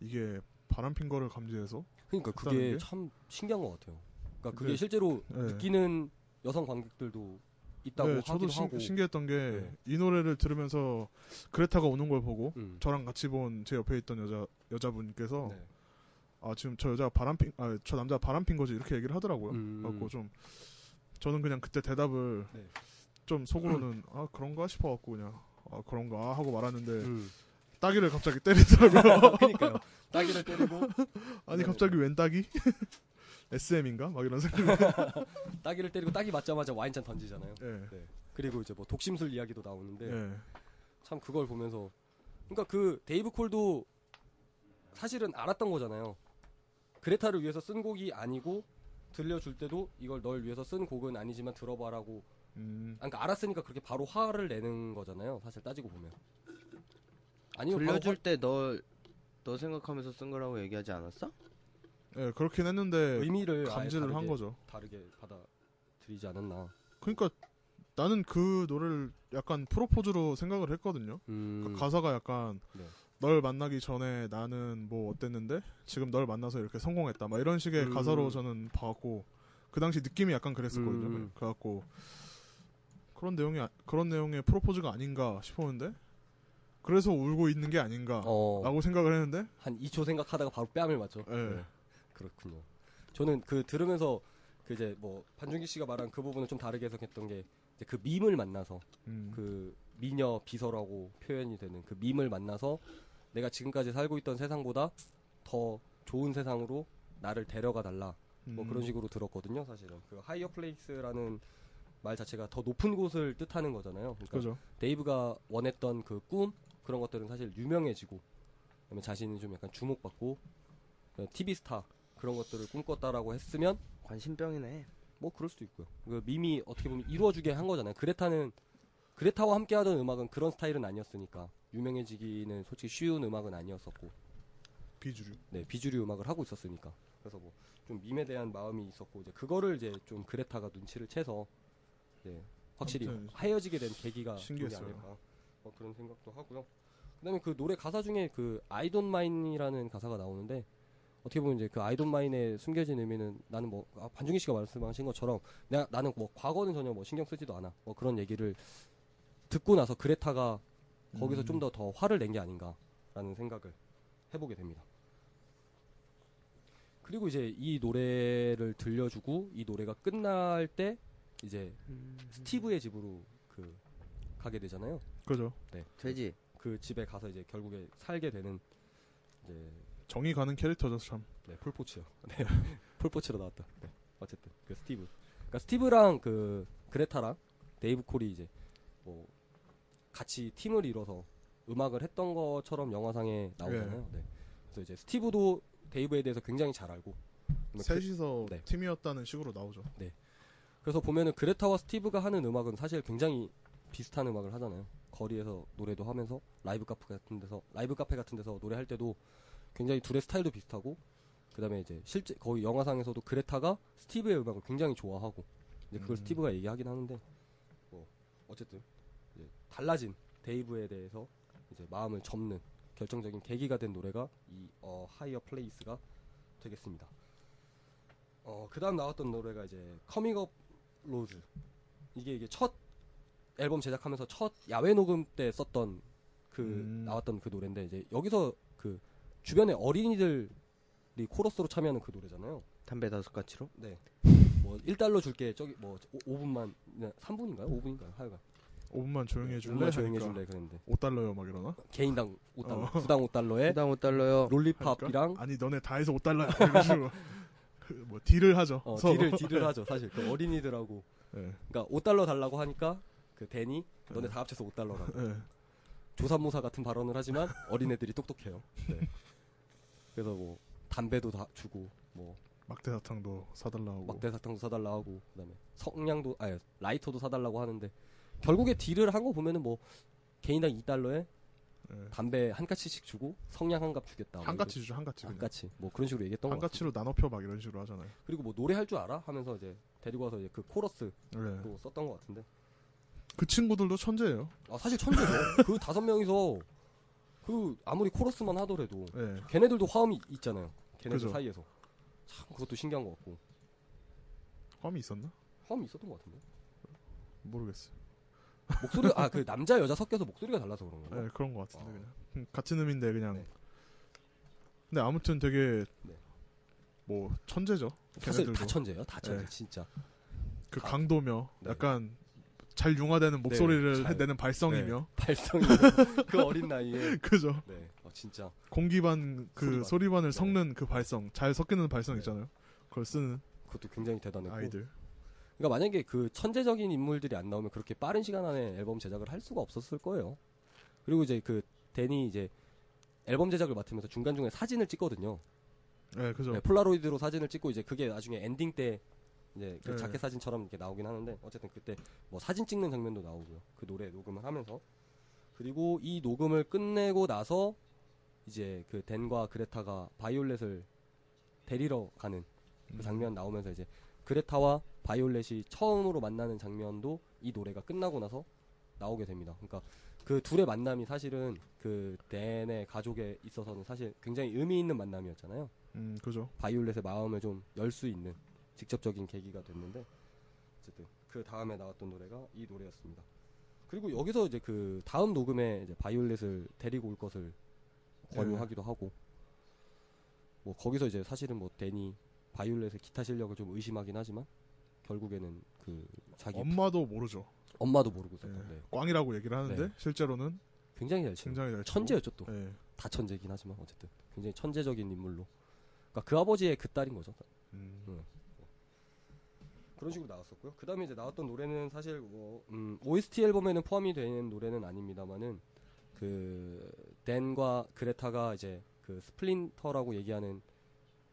이게 바람핀 거를 감지해서
그러니까
그다음에
그게
이게?
참 신기한 것 같아요. 그러니까 그게
근데-
실제로
네.
느끼는 여성 관객들도 있다고
네,
하기도
저도 신,
하고.
신기했던 게 이
네.
노래를 들으면서 그레타가 우는 걸 보고
음.
저랑 같이 본 제 옆에 있던 여자 여자분께서
네.
아 지금 저 여자 바람핀 아 저 남자 바람핀 거지 이렇게 얘기를 하더라고요.
음.
그래갖고 좀 저는 그냥 그때 대답을
네.
좀 속으로는 아 그런가 싶어갖고 그냥 아 그런가 하고 말았는데
음.
따기를 갑자기 때리더라고요.
그러니까요. 따기를 때리고
아니
네,
갑자기 웬 따기? SM인가? 막 이런 생각.
따기를 때리고 따기 맞자마자 와인잔 던지잖아요.
예.
그리고 이제 뭐 독심술 이야기도 나오는데
예.
참 그걸 보면서 그러니까 그 데이브 콜도 사실은 알았던 거잖아요. 그레타를 위해서 쓴 곡이 아니고 들려줄 때도 이걸 널 위해서 쓴 곡은 아니지만 들어봐라고
음.
그러니까 알았으니까 그렇게 바로 화를 내는 거잖아요. 사실 따지고 보면. 아니요.
돌려줄 때 너 너 생각하면서 쓴 거라고 얘기하지 않았어?
예, 그렇긴 했는데
네, 의미를 뭐 아예
감지를
다르게,
한 거죠.
다르게 받아들이지 않았나.
그러니까 나는 그 노래를 약간 프로포즈로 생각을 했거든요. 그
음.
가사가 약간
네.
널 만나기 전에 나는 뭐 어땠는데 지금 널 만나서 이렇게 성공했다. 막 이런 식의
음.
가사로 저는 봐갖고 그 당시 느낌이 약간 그랬었거든요.
음.
그래갖고 그런 내용이 아- 그런 내용의 프로포즈가 아닌가 싶었는데 그래서 울고 있는 게 아닌가.
어,
라고 생각을 했는데
한 2초 생각하다가 바로 뺨을 맞죠.
예.
네, 그렇군요. 저는 그 들으면서 그 이제 뭐 반준기 씨가 말한 그 부분을 좀 다르게 해석했던 게 이제 그 밈을 만나서
음,
그 미녀 비서라고 표현이 되는 그 밈을 만나서 내가 지금까지 살고 있던 세상보다 더 좋은 세상으로 나를 데려가 달라. 뭐
음,
그런 식으로 들었거든요, 사실은. 그 하이어 플레이스라는 말 자체가 더 높은 곳을 뜻하는 거잖아요. 그러니까
그죠.
데이브가 원했던 그 꿈 그런 것들은 사실 유명해지고 그다음에 자신이 좀 약간 주목받고 TV 스타 그런 것들을 꿈꿨다라고 했으면
관심병이네.
뭐 그럴 수도 있고요. 그 밈이 어떻게 보면 이루어주게 한 거잖아요. 그레타는 그레타와 함께하던 음악은 그런 스타일은 아니었으니까 유명해지기는 솔직히 쉬운 음악은 아니었었고
비주류.
네 비주류 음악을 하고 있었으니까 그래서 뭐 좀 밈에 대한 마음이 있었고 이제 그거를 이제 좀 그레타가 눈치를 채서 네, 확실히
아무튼
하여지게 된 계기가 그게
신기했어요.
아닐까 뭐 그런 생각도 하고요. 그다음에 그 노래 가사 중에 그 I don't mind이라는 가사가 나오는데 어떻게 보면 이제 그 I don't mind의 숨겨진 의미는 나는 뭐 아, 반중기 씨가 말씀하신 것처럼 나 나는 뭐 과거는 전혀 뭐 신경 쓰지도 않아 뭐 그런 얘기를 듣고 나서 그레타가 거기서
음.
좀 더 더 화를 낸 게 아닌가라는 생각을 해보게 됩니다. 그리고 이제 이 노래를 들려주고 이 노래가 끝날 때 이제 스티브의 집으로 그 가게 되잖아요.
그죠.
돼지.
그 집에 가서 이제 결국에 살게 되는 이제
정이 가는 캐릭터죠 참.
네, 폴포츠요. 네, 폴포츠로 나왔다. 네, 어쨌든 그 스티브. 그러니까 스티브랑 그 그레타랑 데이브 콜이 이제 뭐 같이 팀을 이뤄서 음악을 했던 것처럼 영화상에 나오잖아요. 네. 그래서 이제 스티브도 데이브에 대해서 굉장히 잘 알고. 그-
셋이서
네.
팀이었다는 식으로 나오죠.
그래서 보면은 그레타와 스티브가 하는 음악은 사실 굉장히 비슷한 음악을 하잖아요. 거리에서 노래도 하면서 라이브 카페 같은 데서 라이브 카페 같은 데서 노래할 때도 굉장히 둘의 스타일도 비슷하고 그다음에 이제 실제 거의 영화상에서도 그레타가 스티브의 음악을 굉장히 좋아하고 이제 그걸
음.
스티브가 얘기하긴 하는데 뭐 어쨌든 이제 달라진 데이브에 대해서 이제 마음을 접는 결정적인 계기가 된 노래가 이 어, 하이어 플레이스가 되겠습니다. 어, 그다음 나왔던 노래가 이제 커밍업 로즈. 이게 이게 첫 앨범 제작하면서 첫 야외 녹음 때 썼던 그
음.
나왔던 그 노래인데 이제 여기서 그 주변에 어린이들이 코러스로 참여하는 그 노래잖아요.
담배 다섯 가치로?
네. 뭐 1달러 줄게. 저기 뭐 5, 분만 3분인가요? 5분인가요? 하여간.
5분만 조용히 해줄래?
얼마 네. 조용해 줄래 그랬는데.
5달러요 막 이러나?
개인당 5달러.
어.
수당 5달러에
해당 5달러요.
롤리팝이랑
아니 너네 다 해서 5달러야 이런 식으로 뭐 딜을 하죠.
어,
서로.
딜을 딜을 하죠. 사실 그 어린이들하고
예.
그러니까 5달러 달라고 하니까 그 데니 너네 다 합쳐서 5달러라고.
예.
조산모사 같은 발언을 하지만 어린애들이 똑똑해요. 네. 그래서 뭐 담배도 다 주고 뭐
막대사탕도 사달라 하고.
막대사탕도 사달라 하고 그다음에 성냥도 아니 라이터도 사달라고 하는데 결국에 딜을 한 거 보면은 뭐 개인당 2달러에
예.
담배 한 가치씩 주고 성냥 한 갑 주겠다. 뭐
한 가치 주죠 한 가치.
이런- 한
그냥.
가치 뭐 그런 식으로 얘기했던
한
거 같아요.
가치로 나눠표 막 이런 식으로 하잖아요.
그리고 뭐 노래 할 줄 알아 하면서 이제 데리고 와서 이제 그 코러스로
예.
썼던 것 같은데
그 친구들도 천재예요.
아 사실 천재죠. 그 다섯 명이서 그 아무리 코러스만 하더라도
예.
걔네들도 화음이 있잖아요. 걔네들
그죠.
사이에서. 참 그것도 신기한 것 같고.
험이 있었나?
화음이 있었던 것 같은데.
모르겠어요.
목소리 아 그 남자 여자 섞여서 목소리가 달라서 그런 건가?
예, 그런 것 같은데
어.
그냥 음, 같은 음인데 그냥.
네.
근데 아무튼 되게
네.
뭐 천재죠.
사실
걔네들도.
다 천재예요. 다 천재
네.
진짜.
그
다-
강도며
네.
약간 잘 융화되는 목소리를
잘-
내는 발성이며
발성이 그 어린 나이에
그죠.
네. 어, 진짜.
공기반 그
소리반.
소리반. 을
네.
섞는 그 발성, 잘 섞이는 발성
네.
있잖아요. 그걸 쓰는
그것도 굉장히 대단했고.
아이들.
그러니까 만약에 그 천재적인 인물들이 안 나오면 그렇게 빠른 시간 안에 앨범 제작을 할 수가 없었을 거예요. 그리고 이제 그 데니 이제 앨범 제작을 맡으면서 중간중간에 사진을 찍거든요.
네, 그죠.
네, 폴라로이드로 사진을 찍고 이제 그게 나중에 엔딩 때 이제 그
네.
자켓 사진처럼 이렇게 나오긴 하는데 어쨌든 그때 뭐 사진 찍는 장면도 나오고요. 그 노래 녹음을 하면서 그리고 이 녹음을 끝내고 나서 이제 그 댄과 그레타가 바이올렛을 데리러 가는 그
음.
장면 나오면서 이제 그레타와 바이올렛이 처음으로 만나는 장면도 이 노래가 끝나고 나서 나오게 됩니다. 그러니까 그 둘의 만남이 사실은 그 댄의 가족에 있어서는 사실 굉장히 의미 있는 만남이었잖아요.
음, 그죠.
바이올렛의 마음을 좀 열 수 있는 직접적인 계기가 됐는데 어쨌든 그 다음에 나왔던 노래가 이 노래였습니다. 그리고 여기서 이제 그 다음 녹음에 이제 바이올렛을 데리고 올 것을 권유하기도 하고 뭐 거기서 이제 사실은 뭐 데니 바이올렛의 기타 실력을 좀 의심하긴 하지만 결국에는 그 자기
엄마도 모르죠.
엄마도 모르고 있었던
예.
네.
꽝이라고 얘기를 하는데
네.
실제로는
굉장히 잘 치는
굉장히 잘 치고.
천재였죠 또.
예.
다 천재긴 하지만 어쨌든 굉장히 천재적인 인물로 그러니까 그 아버지의 그 딸인 거죠.
음,
그런 식으로 나왔었고요. 그 다음에 이제 나왔던 노래는 사실 뭐, 음, OST 앨범에는 포함이 되는 노래는 아닙니다만은 그 댄과 그레타가 이제 그 스플린터라고 얘기하는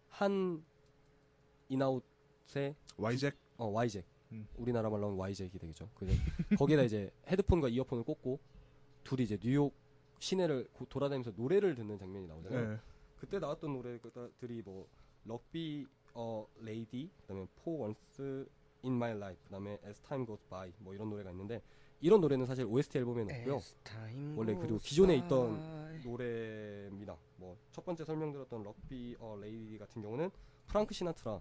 한 인아웃의
와이잭
그 어, 와이잭
음.
우리나라 말로 하면 YJ기 되겠죠. 그래서 거기다 이제 헤드폰과 이어폰을 꽂고 둘이 이제 뉴욕 시내를 고- 돌아다니면서 노래를 듣는 장면이 나오잖아요.
네.
그때 나왔던 노래들이 뭐 럭비 어 레이디 그다음에 포 원스 인 마이 라이프 그다음에 As Time Goes By 뭐 이런 노래가 있는데 이런 노래는 사실 OST 앨범에 넣고요. 원래 그리고 기존에 있던 노래입니다. 뭐 첫 번째 설명드렸던 럭비 어 레이디 같은 경우는 프랑크 시나트라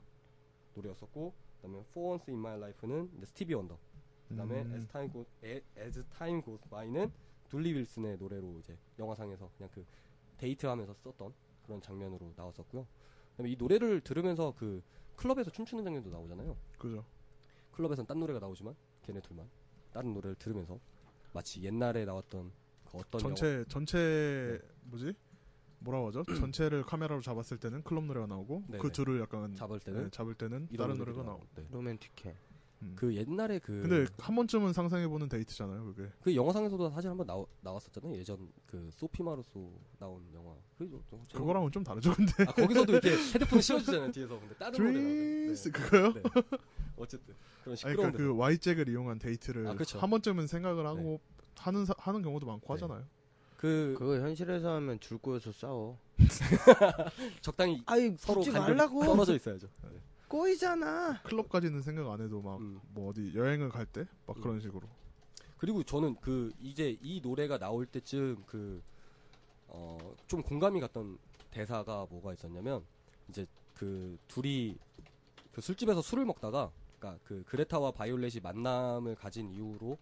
노래였었고 그다음에 For Once in My Life는 이제 스티비 원더 그다음에
음.
As Time Goes 에- As Time Goes By는 둘리 윌슨의 노래로 이제 영화상에서 그냥 그 데이트하면서 썼던 그런 장면으로 나왔었고요. 그다음에 이 노래를 들으면서 그 클럽에서 춤추는 장면도 나오잖아요.
그죠.
클럽에선 딴 노래가 나오지만 걔네 둘만 다른 노래를 들으면서 마치 옛날에 나왔던 그 어떤 영화 네.
전체 전체 뭐지? 뭐라고 하죠? 전체를 카메라로 잡았을 때는 클럽 노래가 나오고
네네.
그 둘을 약간
잡을 때는
네, 잡을 때는
이런
다른 노래가 나오고.
네.
로맨틱해.
음.
그 옛날에 그
근데 한 번쯤은 상상해보는 데이트잖아요, 그게.
그 영화상에서도 사실 한번 나오, 나왔었잖아요. 예전 그 소피 마루소 나온 영화. 그죠? 좀 재밌-
그거랑은 좀 다르죠, 근데.
아, 거기서도 이렇게 헤드폰을 씌워주잖아요 뒤에서. 근데 다른 노래 나오잖아요. 네.
드림스 그거요?
네. 어쨌든 그런
아니, 그러니까
시끄러운 데서.
그 Y잭을 이용한 데이트를
아, 그쵸.
한 번쯤은 생각을 하고 하는 사- 하는 경우도 많고
네.
하잖아요.
그,
그거 현실에서 하면 줄 꼬여서 싸워.
적당히
아이
서로
붙지
간격이
말라고
떨어져 있어야죠. 네.
꼬이잖아.
클럽까지는 생각 안 해도 막 뭐
음.
어디 여행을 갈 때 막 그런 식으로.
그리고 저는 그 이제 이 노래가 나올 때쯤 그 어, 좀 공감이 갔던 대사가 뭐가 있었냐면 이제 그 둘이 그 술집에서 술을 먹다가 그러니까 그 그레타와 바이올렛이 만남을 가진 이후로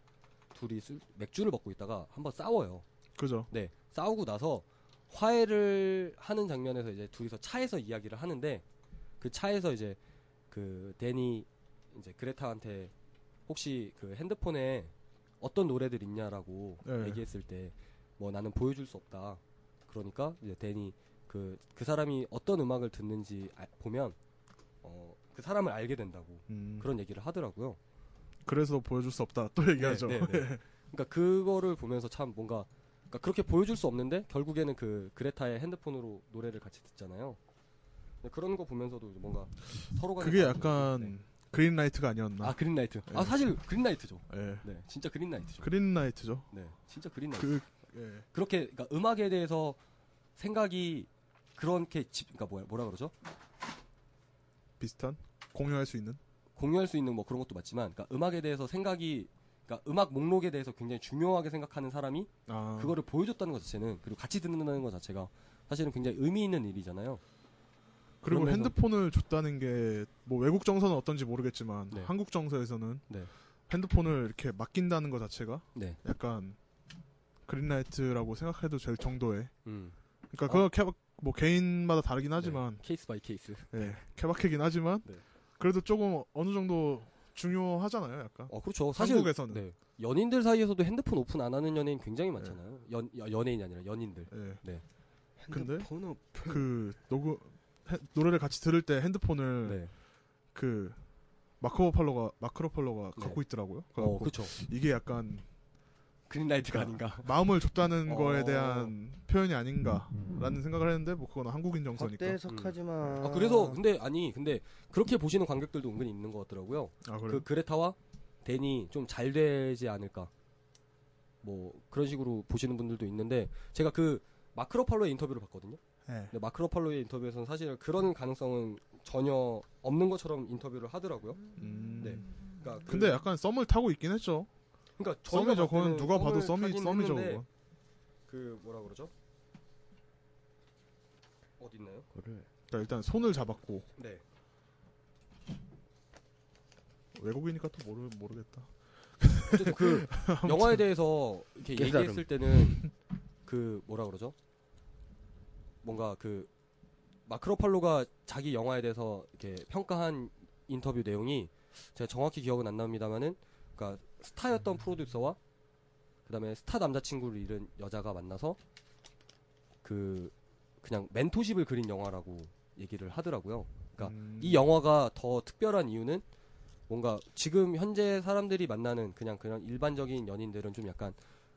둘이 술, 맥주를 먹고 있다가 한번 싸워요.
그죠.
네. 싸우고 나서 화해를 하는 장면에서 이제 둘이서 차에서 이야기를 하는데 그 차에서 이제 그 데니 이제 그레타한테 혹시 그 핸드폰에 어떤 노래들 있냐라고
네.
얘기했을 때 뭐 나는 보여줄 수 없다. 그러니까 이제 데니 그 그 사람이 어떤 음악을 듣는지 아- 보면 어 그 사람을 알게 된다고
음.
그런 얘기를 하더라고요.
그래서 보여줄 수 없다. 또 얘기하죠.
네, 네, 네. 그러니까 그거를 보면서 참 뭔가 그러니까 그렇게 보여줄 수 없는데 결국에는 그 그레타의 핸드폰으로 노래를 같이 듣잖아요. 근데 그런 거 보면서도 이제 뭔가 서로가
그게
다른
약간
네.
그린라이트가 아니었나.
아 그린라이트. 아 사실 그린라이트죠.
예.
네, 진짜 그린라이트죠.
그린라이트죠.
네, 진짜 그린라이트.
그 예.
그... 렇게 그러니까 음악에 대해서 생각이 그렇게 집, 그러니까 뭐야, 뭐라 그러죠?
비슷한 공유할 수 있는.
공유할 수 있는 뭐 그런 것도 맞지만, 그러니까 음악에 대해서 생각이, 그러니까 음악 목록에 대해서 굉장히 중요하게 생각하는 사람이
아.
그거를 보여줬다는 것 자체는 그리고 같이 듣는다는 것 자체가 사실은 굉장히 의미 있는 일이잖아요.
그리고
그러면서-
핸드폰을 줬다는 게 뭐 외국 정서는 어떤지 모르겠지만
네.
한국 정서에서는
네.
핸드폰을 이렇게 맡긴다는 것 자체가
네.
약간 그린라이트라고 생각해도 될 정도의
음.
그러니까 그거 케바, 뭐 개인마다 다르긴 하지만
네. 케이스 바이 케이스.
예, 케바케긴 하지만
네.
그래도 조금 어느 정도 중요하잖아요 약간
어 그렇죠. 사실
한국에서는
네. 연인들 사이에서도 핸드폰 오픈 안 하는 연예인 굉장히 많잖아요. 연 여- 연예인이 아니라 연인들.
예. 근데?
핸드폰 업.
그 노그 해- 노래를 같이 들을 때 핸드폰을
네.
그 마크로폴러가 마크로폴러가
네.
갖고 있더라고요.
어
그래갖고
그렇죠.
이게 약간
그린라이트가 아닌가.
마음을 줬다는
어.
거에 대한 표현이 아닌가라는 생각을 했는데 뭐 그건 한국인 정서니까.
대 해석하지 마.
아, 그래서 근데 아니 근데 그렇게 보시는 관객들도 은근히 있는 것 같더라고요.
아 그래.
그 그레타와 데니 좀 잘 되지 않을까. 뭐 그런 식으로 보시는 분들도 있는데 제가 그 마크로팔로의 인터뷰를 봤거든요.
예.
근데 마크로팔로의 인터뷰에서는 사실 그런 가능성은 전혀 없는 것처럼 인터뷰를 하더라고요.
음.
네. 그러니까 그-
근데 약간 썸을 타고 있긴 했죠.
그러니까 저희가
썸이죠.
봤을
그건
때는
누가 봐도
썸을
썸이
타긴
썸이죠.
했는데
그건.
그 뭐라 그러죠? 어디 있나요?
그거를
그러니까 일단 손을 잡았고
네.
외국이니까 또 모르 모르겠다.
어쨌든 그 영화에 대해서 이렇게
깨달음.
얘기했을 때는 그 뭐라 그러죠? 뭔가 그 마크로팔로가 자기 영화에 대해서 이렇게 평가한 인터뷰 내용이 제가 정확히 기억은 안 납니다만은 그러니까 스타였던
음.
프로듀서와 그다음에 스타 남자친구를 잃은 여자가 만나서 그 그냥 멘토십을 그린 영화라고 얘기를 하더라고요. 그러니까
음.
이 영화가 더 특별한 이유는 뭔가 지금 현재 사람들이 만나는 그냥 그냥 일반적인 연인들은 좀 약간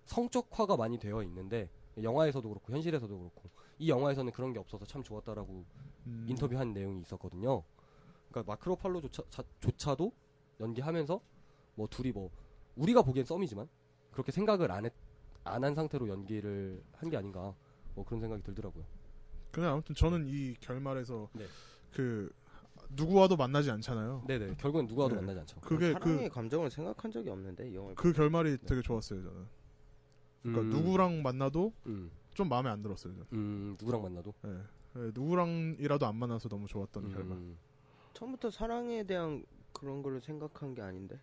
성적화가 많이 되어 있는데 영화에서도 그렇고 현실에서도 그렇고 이 영화에서는 그런 게 없어서 참 좋았다라고
음.
인터뷰한 내용이 있었거든요. 그러니까 마크로팔로조차도 연기하면서 뭐 둘이 뭐 우리가 보기엔 썸이지만 그렇게 생각을 안 안 한 상태로 연기를 한 게 아닌가 뭐 그런 생각이 들더라고요.
근데 아무튼 저는 이 결말에서
네.
그 누구와도 만나지 않잖아요.
네네. 결국엔 누구와도
네.
만나지 않죠.
그게 그
사랑의
그
감정을 생각한 적이 없는데 이 영화를
결말이
네.
되게 좋았어요 저는. 그러니까
음,
누구랑 만나도
음,
좀 마음에 안 들었어요. 저는.
음, 누구랑 만나도
예. 예, 누구랑이라도 안 만나서 너무 좋았던
음,
결말.
처음부터 사랑에 대한 그런 걸로 생각한 게 아닌데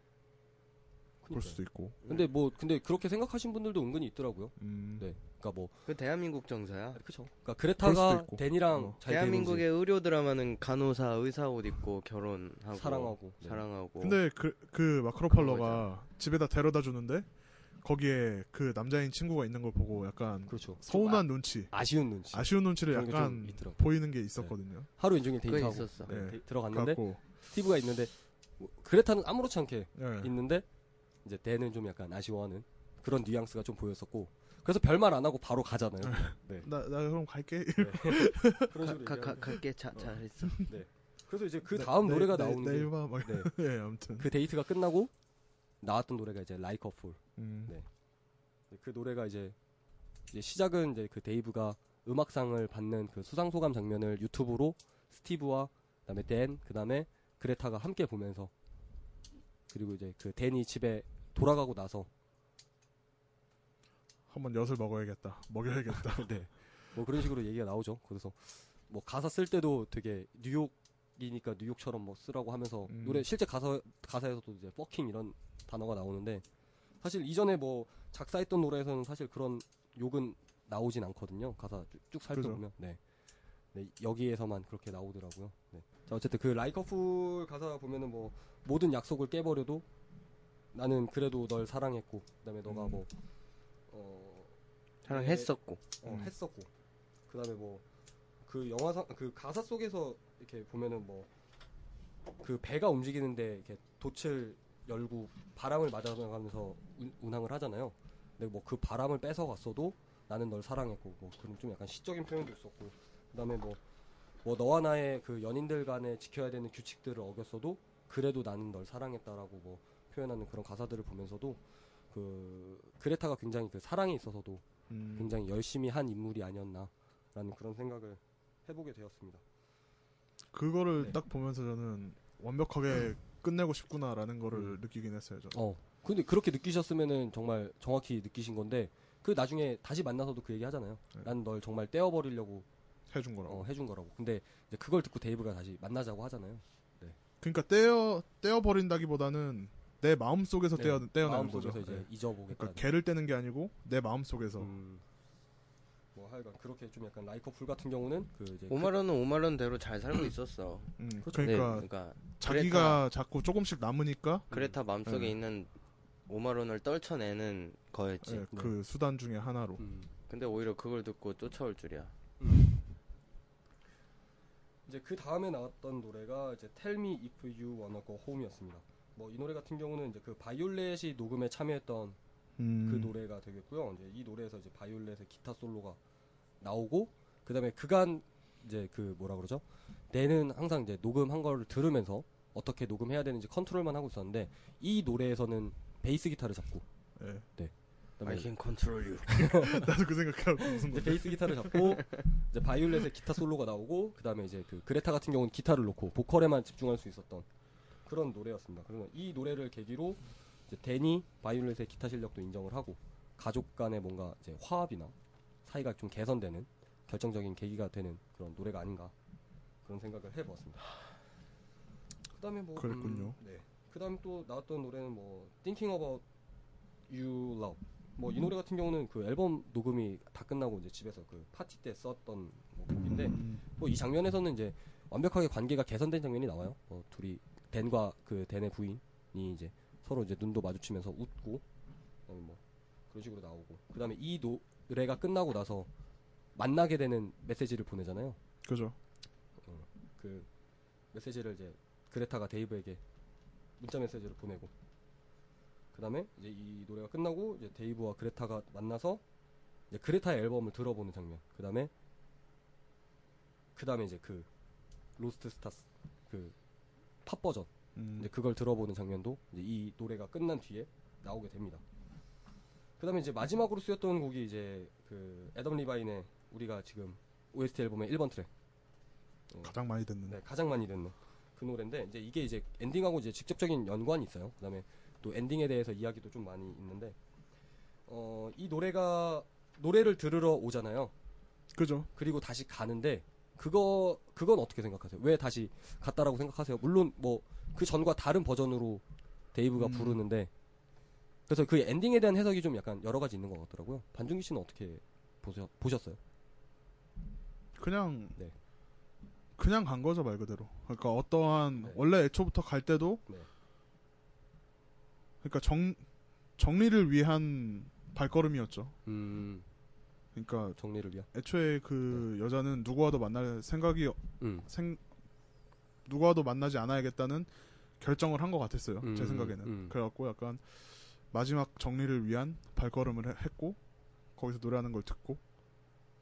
볼 수도 있고.
근데 뭐 근데 그렇게 생각하신 분들도 은근히 있더라고요.
음.
네. 그러니까 뭐
그 대한민국 정서야.
그쵸. 그러니까
그럴 수도
그레타가
있고.
댄이랑
어.
잘
대한민국의
되는지
의료 드라마는 간호사 의사 옷 입고 결혼하고
사랑하고 네.
사랑하고
근데 그, 그 마크로팔러가 집에다 데려다 주는데 거기에 그 남자인 친구가 있는 걸 보고 약간
그렇죠.
음. 서운한 눈치,
아쉬운 눈치.
아쉬운 눈치를
그런 게좀
약간
있더라고요. 네.
보이는 게 있었거든요.
하루 종일
그건
데이트하고
있었어.
네.
데- 들어갔는데
갖고
스티브가 있는데 뭐, 그레타는 아무렇지 않게
예.
있는데 이제 대는 좀 약간 아쉬워하는 그런 뉘앙스가 좀 보였었고 그래서 별말 안 하고 바로 가잖아요.
네. 나, 나 그럼 갈게.
그런 식으로
가, 가,
얘기하는데.
가, 게 자, 잘했어.
그래서 이제 그 다음
내-
노래가
내-
나오는 게
내일 봐. 막.
네.
예, 아무튼.
그 데이트가 끝나고 나왔던 노래가 이제 Like a Fool.
음.
네. 그 노래가 이제, 이제 시작은 이제 그 데이브가 음악상을 받는 그 수상 소감 장면을 유튜브로 스티브와 그다음에 댄 그다음에 그레타가 함께 보면서 그리고 이제 그 댄이 집에 돌아가고 나서
한번 엿을 먹어야겠다. 먹여야겠다.
네. 뭐 그런 식으로 얘기가 나오죠. 그래서 뭐 가사 쓸 때도 되게 뉴욕이니까 뉴욕처럼 뭐 쓰라고 하면서
음.
노래 실제 가사 가사에서도 이제 퍼킹 이런 단어가 나오는데 사실 이전에 뭐 작사했던 노래에서는 사실 그런 욕은 나오진 않거든요. 가사 쭉, 쭉 살펴보면 네. 네, 여기에서만 그렇게 나오더라고요. 네. 자 어쨌든 그 라이커풀 가사 보면은 뭐 모든 약속을 깨버려도 나는 그래도 널 사랑했고 그다음에 너가
음.
뭐 어,
사랑했었고
어,
음.
했었고 그다음에 뭐 그 영화상 그 가사 속에서 이렇게 보면은 뭐 그 배가 움직이는데 이렇게 돛을 열고 바람을 맞아가면서 운- 운항을 하잖아요. 근데 뭐 그 바람을 뺏어 갔어도 나는 널 사랑했고 뭐 그런 좀 약간 시적인 표현도 있었고 그다음에 뭐 뭐 너와 나의 그 연인들 간에 지켜야 되는 규칙들을 어겼어도 그래도 나는 널 사랑했다라고 뭐 표현하는 그런 가사들을 보면서도 그 그레타가 굉장히 그 사랑에 있어서도
음.
굉장히 열심히 한 인물이 아니었나라는 그런 생각을 해보게 되었습니다.
그거를
네. 음.
딱 보면서 저는 완벽하게 끝내고 싶구나라는 거를 느끼긴 했어요. 저는.
어. 근데 그렇게 느끼셨으면은 정말 정확히 느끼신 건데 그 나중에 다시 만나서도 그 얘기 하잖아요.
네. 음.
난 널 정말 떼어버리려고
해준 거라고.
어, 해준 거라고. 근데 이제 그걸 듣고 데이브가 다시 만나자고 하잖아요.
그러니까 떼어 떼어 버린다기보다는 내 마음 속에서
네,
떼어 떼어내는 거죠.
마음속에서 이제
네.
잊어보겠다.
그러니까 개를 떼는 게 아니고 내 마음 속에서.
음. 뭐 하여간 그렇게 좀 약간 라이커풀 같은 경우는 그 이제
오마런은 오마런대로 잘 살고 있었어.
음,
그렇죠.
네,
그러니까
그러니까
자기가 자꾸 조금씩 남으니까
그레타 마음속에
네.
있는 오마론을 떨쳐내는 거였지.
네.
예, 그 수단 중에 하나로.
그- 음.
근데 오히려 그걸 듣고 쫓아올 줄이야.
이제 그 다음에 나왔던 노래가 이제 Tell Me If You Wanna Go Home이었습니다. 뭐 이 노래 같은 경우는 이제 그 바이올렛이 녹음에 참여했던
음,
그 노래가 되겠고요. 이제 이 노래에서 이제 바이올렛의 기타 솔로가 나오고 그다음에 그간 이제 그 뭐라 그러죠? 내는 항상 이제 녹음한 거를 들으면서 어떻게 녹음해야 되는지 컨트롤만 하고 있었는데 이 노래에서는 베이스 기타를 잡고
예.
그다음에
can control you.
나도 그 생각하고 무슨
이제
거.
베이스 기타를 잡고 이제 바이올렛의 기타 솔로가 나오고 그다음에 이제 그 그레타 같은 경우는 기타를 놓고 보컬에만 집중할 수 있었던 그런 노래였습니다. 그러면 이 노래를 계기로 이제 데니 바이올렛의 기타 실력도 인정을 하고 가족 간의 뭔가 이제 화합이나 사이가 좀 개선되는 결정적인 계기가 되는 그런 노래가 아닌가 그런 생각을 해보았습니다. 그다음에 뭐
그랬군요.
음, 네. 그다음에 또 나왔던 노래는 뭐 Thinking About You Love 뭐 이 노래 같은 경우는 그 앨범 녹음이 다 끝나고 이제 집에서 그 파티 때 썼던 뭐 곡인데
음,
뭐 이 장면에서는 이제 완벽하게 관계가 개선된 장면이 나와요. 뭐 둘이 댄과 그 댄의 부인이 이제 서로 이제 눈도 마주치면서 웃고 그다음에 뭐 그런 식으로 나오고 그다음에 이 노래가 끝나고 나서 만나게 되는 메시지를 보내잖아요.
그죠.
그 메시지를 이제 그레타가 데이브에게 문자 메시지를 보내고 그다음에 이제 이 노래가 끝나고 이제 데이브와 그레타가 만나서 이제 그레타의 앨범을 들어보는 장면. 그다음에 그다음에 이제 그 로스트 스타스 그 팝 버전
음.
이제 그걸 들어보는 장면도 이제 이 노래가 끝난 뒤에 나오게 됩니다. 그다음에 이제 마지막으로 쓰였던 곡이 이제 그 애덤 리바인의 우리가 지금 OST 앨범의 1번 트랙.
가장 많이 듣는.
네, 가장 많이 듣는 그 노래인데 이제 이게 이제 엔딩하고 이제 직접적인 연관이 있어요. 그다음에 또 엔딩에 대해서 이야기도 좀 많이 있는데 어, 이 노래가 노래를 들으러 오잖아요.
그죠?
그리고 다시 가는데 그거 그건 어떻게 생각하세요? 왜 다시 갔다라고 생각하세요? 물론 뭐 그 전과 다른 버전으로 데이브가
음.
부르는데 그래서 그 엔딩에 대한 해석이 좀 약간 여러 가지 있는 것 같더라고요. 반중기 씨는 어떻게 보셔, 보셨어요?
그냥
네.
그냥 간 거죠 말 그대로. 그러니까 어떠한
네.
원래 애초부터 갈 때도
네.
그러니까 정 정리를 위한 발걸음이었죠.
음,
그러니까
정리를 위한.
애초에 그
네.
여자는 누구와도 만날 생각이
음.
생 누구와도 만나지 않아야겠다는 결정을 한 것 같았어요.
음,
제 생각에는.
음.
그래갖고 약간 마지막 정리를 위한 발걸음을 해- 했고 거기서 노래하는 걸 듣고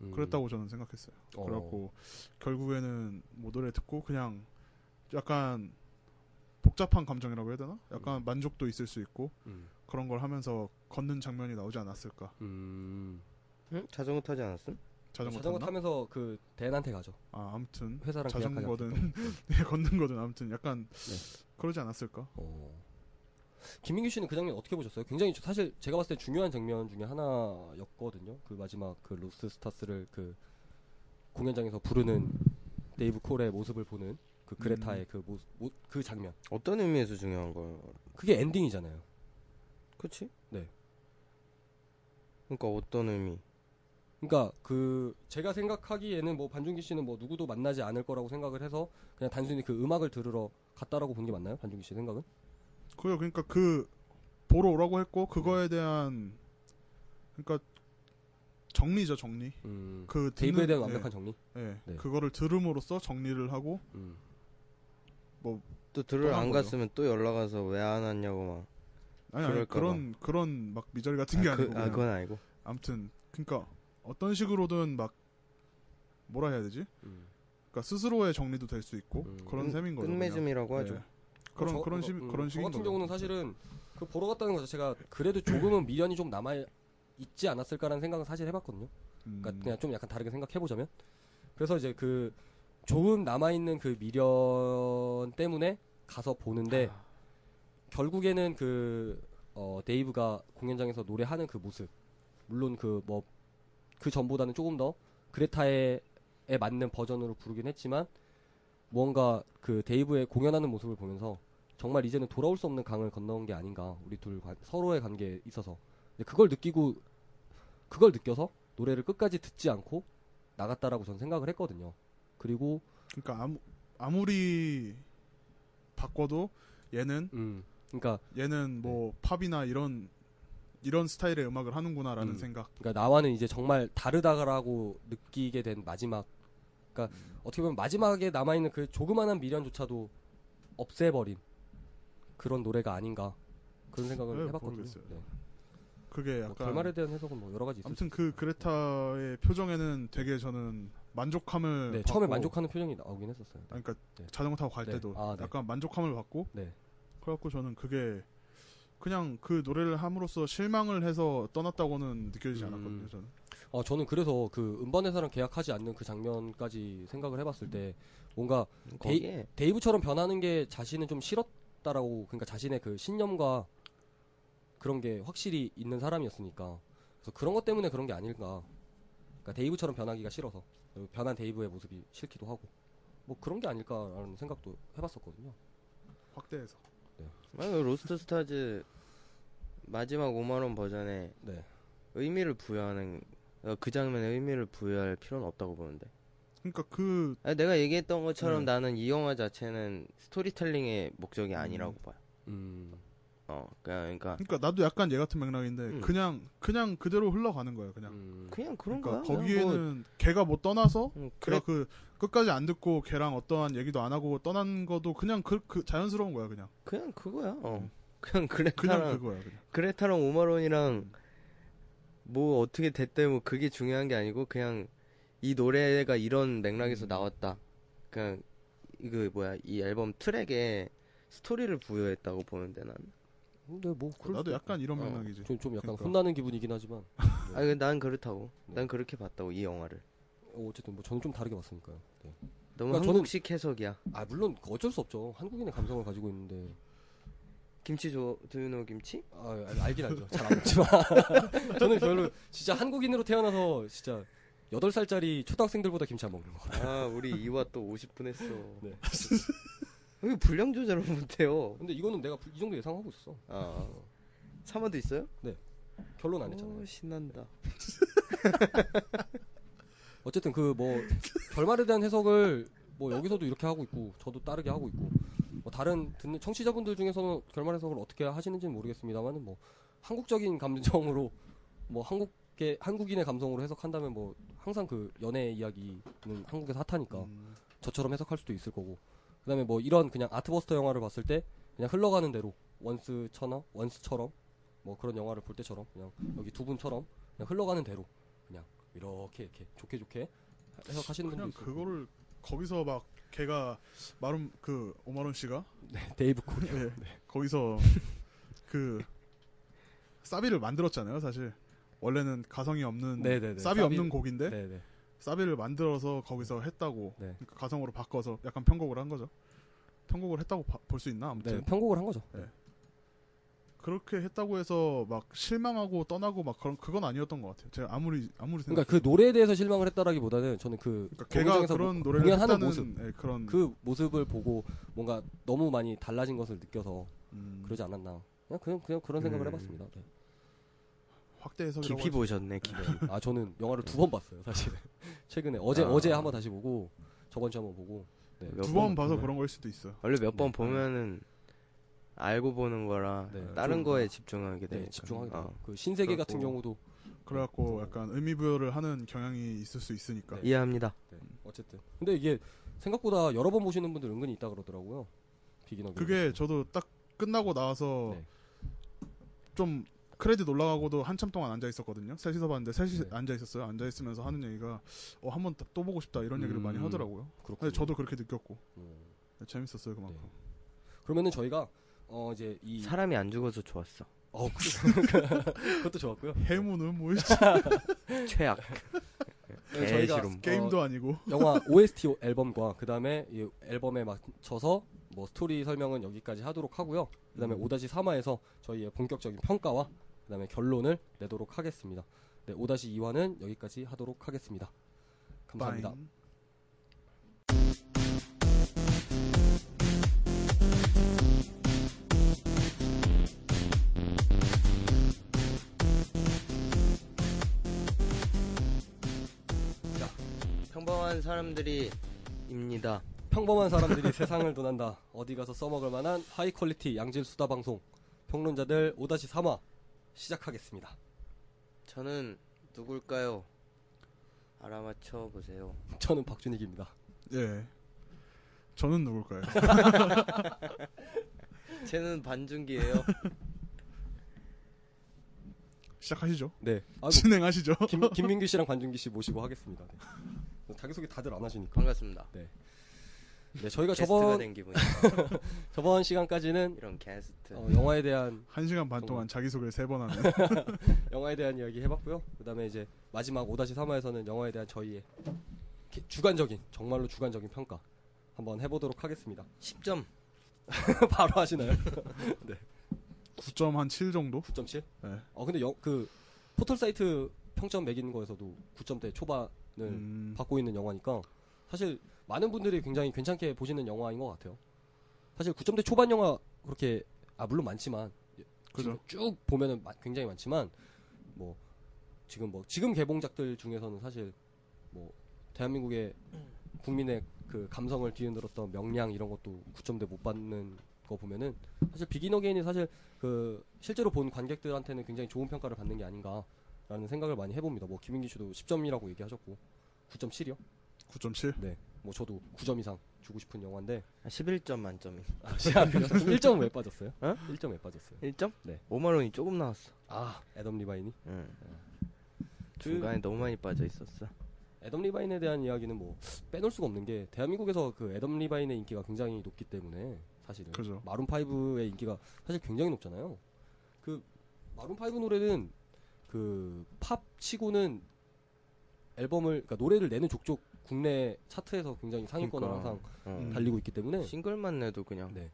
음.
그랬다고 저는 생각했어요.
어.
그래갖고 결국에는 뭐 노래 듣고 그냥 약간 복잡한 감정이라고 해야 되나? 약간 만족도 있을 수 있고
음.
그런 걸 하면서 걷는 장면이 나오지 않았을까?
음.
응? 자전거 타지 않았음?
자전거,
자전거
탔나?
타면서 그 대한한테 가죠.
아 아무튼
회사랑 계약하게
자전거든 예, 걷는 거든 아무튼 약간
네.
그러지 않았을까?
어. 김민규 씨는 그 장면 어떻게 보셨어요? 굉장히 저- 사실 제가 봤을 때 중요한 장면 중에 하나였거든요. 그 마지막 그 로스 스타스를 그 공연장에서 부르는 데이브 콜의 모습을 보는 그
음.
그레타의 그 모습 모- 그 장면.
어떤 의미에서 중요한 거야?
그게 엔딩이잖아요.
그치?
네.
그러니까 어떤 의미?
그러니까 그 제가 생각하기에는 뭐 반중기 씨는 뭐 누구도 만나지 않을 거라고 생각을 해서 그냥 단순히 그 음악을 들으러 갔다라고 본 게 맞나요? 반중기 씨 생각은?
그요 그러니까 그 보러 오라고 했고 그거에
네.
대한 그러니까 정리죠 정리.
음.
그
데이브에
듣는-
대한
예,
완벽한 정리.
예,
네.
그거를 들음으로써 정리를 하고 뭐,
음.
또 들으러
떠난
안
거죠.
갔으면 또 연락 와서 왜 안 왔냐고 막.
아니 아니
그럴까
그런 그런 막 미저리 같은 게
아, 그,
아니고
아
그냥
그건 아니고.
아무튼 그러니까 어떤 식으로든 막 뭐라 해야 되지?
음.
그러니까 스스로의 정리도 될 수 있고
음.
그런
끝-
셈인 거죠. 그냥.
끝맺음이라고 하죠.
네. 그런
저-
그런
저-
식
음,
그런
저
식인
같은
거죠.
경우는 사실은 그 보러 갔다는 것 자체가 그래도 조금은 미련이 좀 남아 있지 않았을까라는 생각을 사실 해봤거든요.
음,
그러니까 그냥 좀 약간 다르게 생각해 보자면 그래서 이제 그 조금 남아 있는 그 미련 때문에 가서 보는데 결국에는 그 어, 데이브가 공연장에서 노래하는 그 모습 물론 그 뭐 그 전보다는 조금 더 그레타에 에 맞는 버전으로 부르긴 했지만 무언가 그 데이브의 공연하는 모습을 보면서 정말 이제는 돌아올 수 없는 강을 건너온 게 아닌가 우리 둘 관- 서로의 관계에 있어서 근데 그걸 느끼고 그걸 느껴서 노래를 끝까지 듣지 않고 나갔다라고 저는 생각을 했거든요 그리고
그러니까 아무 아무리 바꿔도 얘는
음 그러니까
얘는 뭐 팝이나 이런 이런 스타일의 음악을 하는구나라는
음.
생각.
그러니까 나와는 이제 정말 다르다라고 느끼게 된 마지막 그러니까 어떻게 보면 마지막에 남아있는 그 조그만한 미련조차도 없애버린 그런 노래가 아닌가 그런 생각을
네,
해봤거든요
모르겠어요.
네.
그게
뭐
약간
결말에 대한 해석은 뭐 여러 가지 있을 수
아무튼 그 그레타의 표정에는 되게 저는 만족함을
네,
받고
처음에 만족하는 표정이 나오긴 했었어요.
아니, 그러니까
네.
자전거 타고 갈
네.
때도
아, 네.
약간 만족함을 받고
네.
그래갖고 저는 그게 그냥 그 노래를 함으로써 실망을 해서 떠났다고는 느껴지지
음.
않았거든요 저는
어, 저는 그래서 그 음반 회사랑 계약하지 않는 그 장면까지 생각을 해봤을 때 뭔가
네.
거기에
데이브처럼 변하는 게 자신은 좀 싫었다라고 그러니까 자신의 그 신념과 그런 게 확실히 있는 사람이었으니까 그래서 그런 것 때문에 그런 게 아닐까. 그러니까 데이브처럼 변하기가 싫어서 그리고 변한 데이브의 모습이 싫기도 하고 뭐 그런 게 아닐까라는 생각도 해봤었거든요.
확대해서
만약에 아, 로스트 스타즈 마지막 5만 원 버전에
네.
의미를 부여하는 어, 그 장면에 의미를 부여할 필요는 없다고 보는데.
그러니까 그
아니, 내가 얘기했던 것처럼
네.
나는 이 영화 자체는 스토리텔링의 목적이 아니라고 봐요.
음.
어, 그냥 그러니까
그러니까 나도 약간 얘 같은 맥락인데
음.
그냥 그냥 그대로 흘러가는 거예요 그냥
음.
그냥 그런
그러니까
거야. 그냥
거기에는 걔가 뭐 떠나서
뭐, 음, 그래
걔가 그 끝까지 안 듣고 걔랑 어떠한 얘기도 안 하고 떠난 것도 그냥 그, 그 자연스러운 거야 그냥
그냥 그거야. 어. 그냥 그레타랑
음. 그냥 그거야 그냥
그레타랑 오마론이랑 뭐 어떻게 됐대 뭐 그게 중요한 게 아니고 그냥 이 노래가 음. 그 이런 맥락에서 나왔다. 그냥 이거 뭐야 이 앨범 트랙에 스토리를 부여했다고 보는데 난.
근데 뭐 그럴
나도
수도
약간 이런
어,
맥락이지.
있고. 좀, 좀 약간
그러니까.
혼나는 기분이긴 하지만
아니 난 그렇다고.
네.
난 그렇게 봤다고 이 영화를.
어, 어쨌든 뭐 저는 좀 다르게 봤으니까요. 네.
너무
그러니까 저는-
한국식 해석이야.
아 물론 그 어쩔 수 없죠. 한국인의 감성을 가지고 있는데
김치 조 두유노 김치?
아, 알- 알긴 알죠. 잘 안 먹지만 저는 별로 진짜 한국인으로 태어나서 진짜 8살짜리 초등학생들보다 김치 안 먹는 거 같아요.
아 우리 이화 또 50분 했어.
네.
왜 분량 조절을 못해요?
근데 이거는 내가 이 정도 예상하고 있어.
아 3화도 있어요?
결론 안 했잖아요.
오, 신난다.
어쨌든 그 뭐 결말에 대한 해석을 뭐 여기서도 이렇게 하고 있고 저도 따르게 하고 있고 뭐 다른 듣는 청취자분들 중에서는 결말 해석을 어떻게 하시는지는 모르겠습니다만은 뭐 한국적인 감정으로 뭐 한국의 한국인의 감성으로 해석한다면 뭐 항상 그 연애 이야기는 한국에서 핫하니까
음,
저처럼 해석할 수도 있을 거고 그다음에 뭐 이런 그냥 아트버스터 영화를 봤을 때 그냥 흘러가는 대로 원스 천어 원스처럼 뭐 그런 영화를 볼 때처럼 그냥 여기 두 분처럼 그냥 흘러가는 대로 그냥 이렇게 이렇게 좋게 좋게 해석하시는 분도
그냥
있고
그거를 거기서 막 걔가 마름 그 오마론 씨가
데이브 코리아
네. 거기서 그 사비를 만들었잖아요, 사실. 원래는 가성이 없는
네네네.
사비
사비를-
없는 곡인데
네네
사비를 만들어서 거기서 했다고.
네.
그러니까 가성으로 바꿔서 약간 편곡을 한 거죠. 편곡을 했다고 볼 수 있나? 아무튼
네 편곡을 한 거죠
그렇게 했다고 해서 막 실망하고 떠나고 막 그런 그건 아니었던 것 같아요. 제가 아무리 아무리
그러니까
생각.
그 노래에 대해서 실망을 했다라기보다는 저는 그
그러니까 걔가
공연장에서
그런
뭐-
노래를
공연하는
했다는
모습
예, 그런
그 모습을 보고 뭔가 너무 많이 달라진 것을 느껴서
음,
그러지 않았나 그냥 그냥, 그냥 그런 생각을
음.
해봤습니다 네.
확대 해석이라고
깊이 보셨네 깊이.
아 저는 영화를 두 번 봤어요 사실 최근에 어제
아.
어제 한번 다시 보고 저번 주에 한번 보고 네.
몇
두번
번
봐서
보면-
그런 걸 수도 있어요.
원래 몇 번
네.
보면은 알고 보는 거라
네.
다른
좀-
거에 집중하게
네,
되니까.
집중하게 돼요.
어.
그 신세계 같은
그렇고.
경우도
그래갖고
네.
약간 의미 부여를 하는 경향이 있을 수 있으니까.
네.
이해합니다.
어쨌든 근데 이게 생각보다 여러 번 보시는 분들 은근히 있다 그러더라고요 네, 비기너
그게 저도 딱 끝나고 나와서
네.
좀 크레딧 올라가고도 한참 동안 앉아 있었거든요. 셋이서 봤는데 셋이
네.
앉아 있었어요. 앉아 있으면서 하는 얘기가 어 한번 또 보고 싶다 이런 얘기를
음.
많이 하더라고요.
그렇군요
근데 저도 그렇게 느꼈고 네,
음.
재밌었어요 그만큼.
그러면은 저희가 어 이제 이
사람이 안 죽어서 좋았어.
어, 그- 그것도 좋았고요
해무는 뭐
어,
최악.
네, 저희가
개시름.
게임도 아니고
영화 OST 앨범과 그 다음에 이 앨범에 맞춰서 뭐 스토리 설명은 여기까지 하도록 하고요. 그 다음에 5-3화에서 저희의 본격적인 평가와 그 다음에 결론을 내도록 하겠습니다. 네, 5-2화는 여기까지 하도록 하겠습니다. 감사합니다.
빠잉.
평범한 사람들이 입니다.
평범한 사람들이 세상을 도난다. 어디 가서 써먹을 만한 하이 퀄리티 양질 수다 방송. 평론자들 5-3화 시작하겠습니다.
저는 누굴까요? 알아맞혀 보세요.
저는 박준익입니다.
예. 저는 누굴까요?
쟤는 반준기예요.
시작하시죠.
네. 아, 뭐
진행하시죠.
김, 김민규 씨랑 관중기 씨 모시고 하겠습니다. 네. 자기소개 다들 안 하시니까.
반갑습니다.
네, 저희가
게스트가
저번
된 기분.
저번 시간까지는
이런 게스트.
어, 영화에 대한
한 시간 반 동안 자기소개를 세 번 하는
영화에 대한 이야기 해봤고요. 그다음에 이제 마지막 5-3화에서는 영화에 대한 저희의 기- 주관적인 정말로 주관적인 평가 한번 해보도록 하겠습니다.
10점.
바로 하시나요?
9.7 정도?
9.7?
네.
어 근데 영- 그 포털 사이트 평점 매기는 거에서도 9점대 초반을
음,
받고 있는 영화니까 사실 많은 분들이 굉장히 괜찮게 보시는 영화인 것 같아요. 사실 9점대 초반 영화 그렇게 아 물론 많지만 지금
그죠.
쭉 보면은 마- 굉장히 많지만 뭐 지금 뭐 지금 개봉작들 중에서는 사실 뭐 대한민국의 국민의 그 감성을 뒤흔들었던 명량 이런 것도 9점대 못 받는 거 보면은 사실 비기너 게인이 사실 그 실제로 본 관객들한테는 굉장히 좋은 평가를 받는 게 아닌가라는 생각을 많이 해봅니다. 뭐 김민기 씨도 10점이라고 얘기하셨고 9.7이요?
9.7?
뭐 저도 9점 이상 주고 싶은 영화인데
11점 만점이.
아, 시간 1점 왜 빠졌어요?
어?
1점 왜 빠졌어요?
1점?
네.
5만 원이 조금 나왔어.
아 애덤 리바인이
응. 중간에 너무 많이 빠져 있었어.
애덤 리바인에 대한 이야기는 뭐 빼놓을 수가 없는 게 대한민국에서 그 애덤 리바인의 인기가 굉장히 높기 때문에 사실은.
그죠.
마룬 5의 인기가 사실 굉장히 높잖아요. 그 마룬 5 노래는 그 팝 치고는 앨범을 그러니까 노래를 내는 족족 국내 차트에서 굉장히 상위권을
그러니까.
항상
어.
음.
달리고 있기 때문에
싱글만 내도 그냥
네.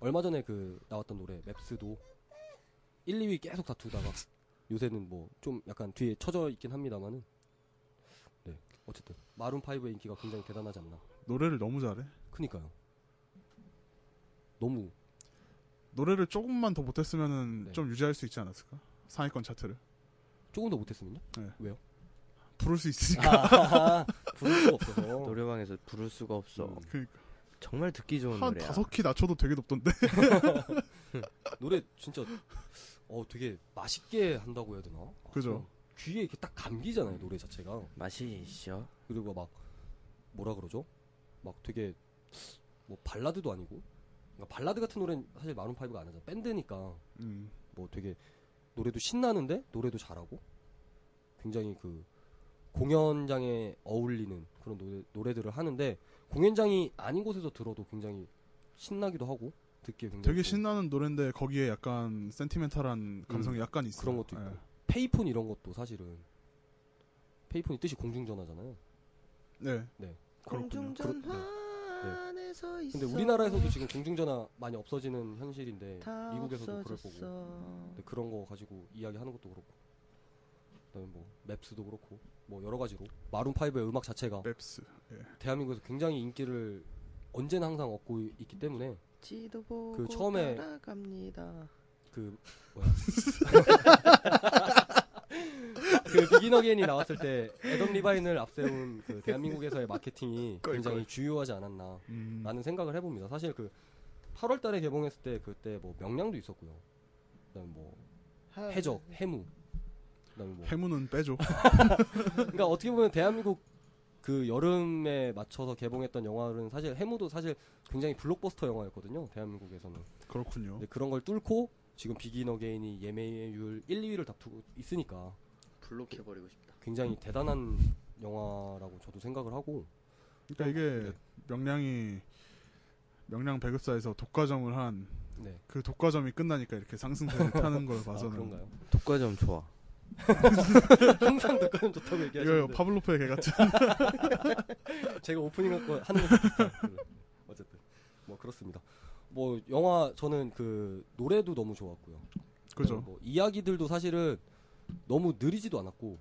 얼마 전에 그 나왔던 노래 맵스도 1, 2위 계속 다투다가 요새는 뭐 좀 약간 뒤에 처져 있긴 합니다만은 네 어쨌든 마룬 5의 인기가 굉장히 대단하지 않나.
노래를 너무 잘해.
크니까요. 너무
노래를 조금만 더 못했으면은
네.
좀 유지할 수 있지 않았을까? 상위권 차트를
조금 더 못했으면요?
부를 수 있으니까.
아, 부를 수가 없어서
노래방에서 부를 수가 없어.
음.
그러니까
정말 듣기 좋은
한
노래야.
다섯 키 낮춰도 되게 높던데.
노래 진짜 어 되게 맛있게 한다고 해야 되나? 아,
그죠.
귀에 이렇게 딱 감기잖아요 노래 자체가
맛이 있어.
그리고 막 뭐라 그러죠? 막 되게 뭐 발라드도 아니고 그러니까 발라드 같은 노래는 사실 마룬 파이브가 안 하잖아 밴드니까
음.
뭐 되게 노래도 신나는데 노래도 잘하고 굉장히 그 공연장에 어울리는 그런 노래, 노래들을 하는데 공연장이 아닌 곳에서 들어도 굉장히 신나기도 하고 듣기에 굉장히 또
되게 신나는 노래인데 거기에 약간 센티멘탈한 감성이 약간
음,
있어. 예.
그런 것도 있고 페이폰 이런 것도 사실은 페이폰이 뜻이 공중전화잖아요.
네. 네.
네.
그렇군요.
그렇- 네.
안에서
근데 우리나라에서도 지금 공중전화 많이 없어지는 현실인데 미국에서도 그럴 거고 네. 근데 그런 거 가지고 이야기하는 것도 그렇고 그다음에 뭐 맵스도 그렇고 뭐 여러 가지로 마룬 파이브의 음악 자체가
랩스. 예.
대한민국에서 굉장히 인기를 언제나 항상 얻고 있기 때문에
지도 보고
그 처음에-
따라갑니다.
그 뭐야 그 비긴 어게인이 나왔을 때 애덤 리바인을 앞세운 그 대한민국에서의 마케팅이
걸,
굉장히 주요하지 않았나
음.
라는 생각을 해봅니다. 사실 그 8월 달에 개봉했을 때 그때 뭐 명량도 있었고요. 그다음에 뭐
네.
해적, 해무. 그다음에 뭐
해무는 빼줘.
그러니까 어떻게 보면 대한민국 그 여름에 맞춰서 개봉했던 영화는 사실 해무도 사실 굉장히 블록버스터 영화였거든요. 대한민국에서는.
그렇죠. 그렇군요.
근데 그런 걸 뚫고 지금 비긴 어게인이 예매율 1, 2위를 다투고 있으니까
블록해 버리고 싶다.
굉장히 대단한 영화라고 저도 생각을 하고
그러니까
네.
이게 명량이 명량 배급사에서 독과점을 한 그
네.
독과점이 끝나니까 이렇게 상승세를 타는 걸
아,
봐서는
그런가요?
독과점 좋아.
항상 듣고는 좋다고
이거
얘기하시는데
파블로프의 개 같은
네. 제가 오프닝 할 거 하는 거 비슷해요. 어쨌든 뭐 그렇습니다. 뭐 영화 저는 그 노래도 너무 좋았고요.
그죠?
뭐 이야기들도 사실은 너무 느리지도 않았고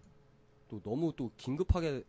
또 너무 또 긴급하게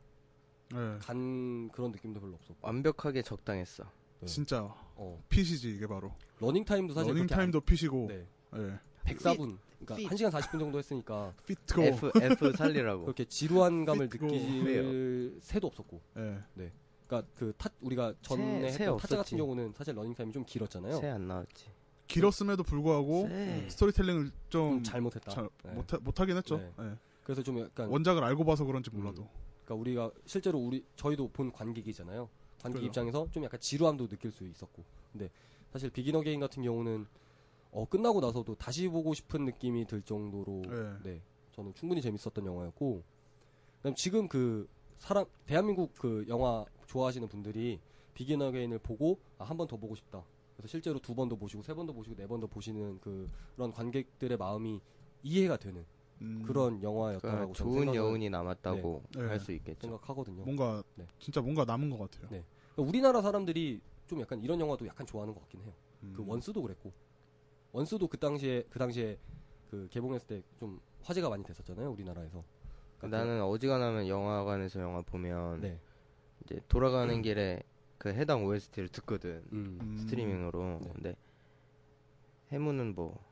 어.
예.
간 그런 느낌도 별로 없었고
완벽하게 적당했어.
진짜
어,
핏이지 이게 바로
러닝 타임도 네. 사실
러닝 타임도 핏이고
네,
예.
104분 그러니까
핏.
1시간 40분 정도 했으니까
핏고
어.
F F 살리라고.
그렇게 지루한 감을
핏고.
느낄 새도 없었고
예.
그러니까 그 타, 우리가 전에
새- 새
했던 타짜
없었지.
같은 경우는 사실 러닝 타임이 좀 길었잖아요.
새 안 나왔지.
길었음에도 불구하고
네,
새.
스토리텔링을 좀
좀 잘못했다.
잘
네.
못하, 못하긴 했죠.
네. 그러니까
예.
그래서 좀 약간
원작을 알고 봐서 그런지 몰라도
그러니까 우리가 실제로 우리 저희도 본 관객이잖아요. 관객
그렇죠.
그죠.
입장에서 좀 약간 지루함도 느낄 수 있었고. 근데 사실 비기너 게임 같은 경우는 어, 끝나고 나서도 다시 보고 싶은 느낌이 들 정도로
예.
네. 저는 충분히 재밌었던 영화였고. 그다음 지금 그 사람 대한민국 그 영화 좋아하시는 분들이 비기너 게인을 보고 아, 한 번 더 보고 싶다. 그래서 실제로 두 번 더 보시고 세 번 더 보시고 네 번 더 보시는 그, 그런 관객들의 마음이 이해가 되는
음,
그런 영화였다라고
그러니까
저는
좋은
생각을
여운이 남았다고
네.
할 수 있겠죠.
생각하거든요.
뭔가
네.
진짜 뭔가 남은 것 같아요.
네. 그러니까 우리나라 사람들이 좀 약간 이런 영화도 약간 좋아하는 것 같긴 해요.
음.
그 원스도 그랬고 원스도 그 당시에 그 당시에 그 개봉했을 때 좀 화제가 많이 됐었잖아요 우리나라에서. 그러니까
나는 어지간하면 영화관에서 영화 보면
네.
이제 돌아가는 길에 그 해당 OST를 듣거든
음.
음.
스트리밍으로.
네.
근데 해무는 뭐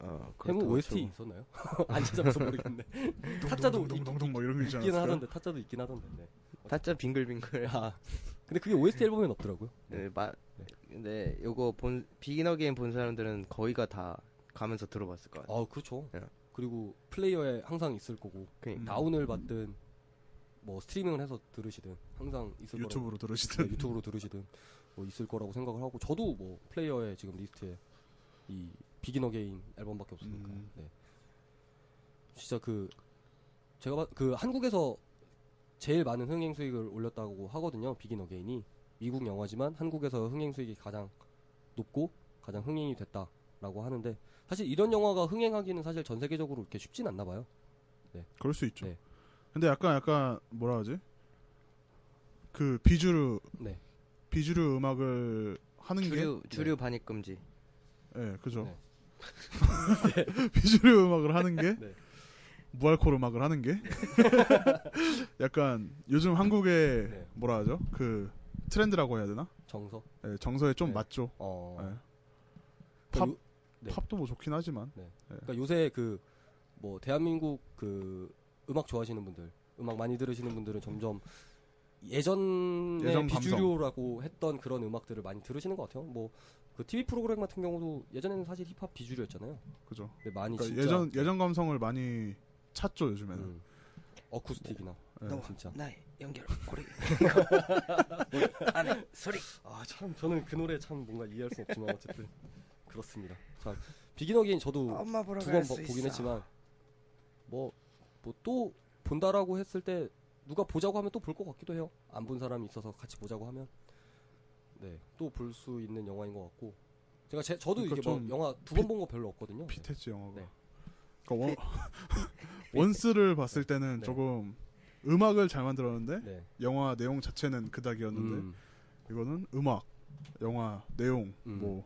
어,
해무
그렇다고
OST
치고.
있었나요? 안 찾아서 모르겠네. 타짜도
동동동동 뭐 이런 거 있지
있긴
않았어요?
하던데 타짜도 있긴 하던데. 네.
타짜 빙글빙글.
아, 근데 그게 OST 앨범엔 없더라고요.
네, 마, 근데 요거 본 비기너 게임 본 사람들은 거의가 다 가면서 들어봤을 것 같아.
아 그렇죠.
네.
그리고 플레이어에 항상 있을 거고
음.
그러니까.
다운을 받든 뭐 스트리밍을 해서 들으시든 항상 있을 거라고
유튜브로
네,
들으시든
유튜브로 들으시든 뭐 있을 거라고 생각을 하고 저도 뭐 플레이어의 지금 리스트에 이 비긴 어게인 앨범밖에 없으니까
음.
네. 진짜 그 제가 봐- 그 한국에서 제일 많은 흥행 수익을 올렸다고 하거든요 비긴 어게인이 미국 영화지만 한국에서 흥행 수익이 가장 높고 가장 흥행이 됐다라고 하는데 사실 이런 영화가 흥행하기는 사실 전 세계적으로 이렇게 쉽진 않나 봐요.
그럴 수 있죠.
네.
근데 약간 약간 뭐라 하지? 그 비주류
네.
비주류 음악을 하는
주류 주류 반입 금지.
게 예, 그죠.
네.
비주류 음악을 하는 게
네.
무알콜 음악을 하는 게 약간 요즘 한국의
네.
뭐라 하죠? 그 트렌드라고 해야 되나?
정서.
예, 정서에 좀
네.
맞죠.
어.
예.
그러니까
팝
요- 네.
팝도 뭐 좋긴 하지만
그러니까 요새 그 뭐 대한민국 그 음악 좋아하시는 분들, 음악 많이 들으시는 분들은 점점 예전에
예전 감성.
비주류라고 했던 그런 음악들을 많이 들으시는 것 같아요. 뭐 그 TV 프로그램 같은 경우도 예전에는 사실 힙합 비주류였잖아요.
그죠.
근데 많이 진짜
그러니까 예전 예전 감성을 많이 찾죠 요즘에는.
음, 어쿠스틱이나
네.
네, 진짜.
나의 연결 고리 안에 소리
아 참 저는 그 노래 참 뭔가 이해할 수 없지만 어쨌든 그렇습니다. 자 비기너기인
아,
저도
엄마 보러
두 번
갈 수 있어
보긴 했지만 뭐 뭐 또 본다라고 했을 때 누가 보자고 하면 또 볼 것 같기도 해요. 안 본 사람이 있어서 같이 보자고 하면 네또 볼 수 있는 영화인 것 같고 제가 제, 저도
그러니까
이게 뭐
좀
영화 두 번 본 거 별로 없거든요.
피테츠 영화가.
네.
그러니까 원, 스를 봤을 때는
네.
조금 음악을 잘 만들었는데
네.
영화 내용 자체는 그닥이었는데
음,
이거는 음악, 영화 내용,
음.
뭐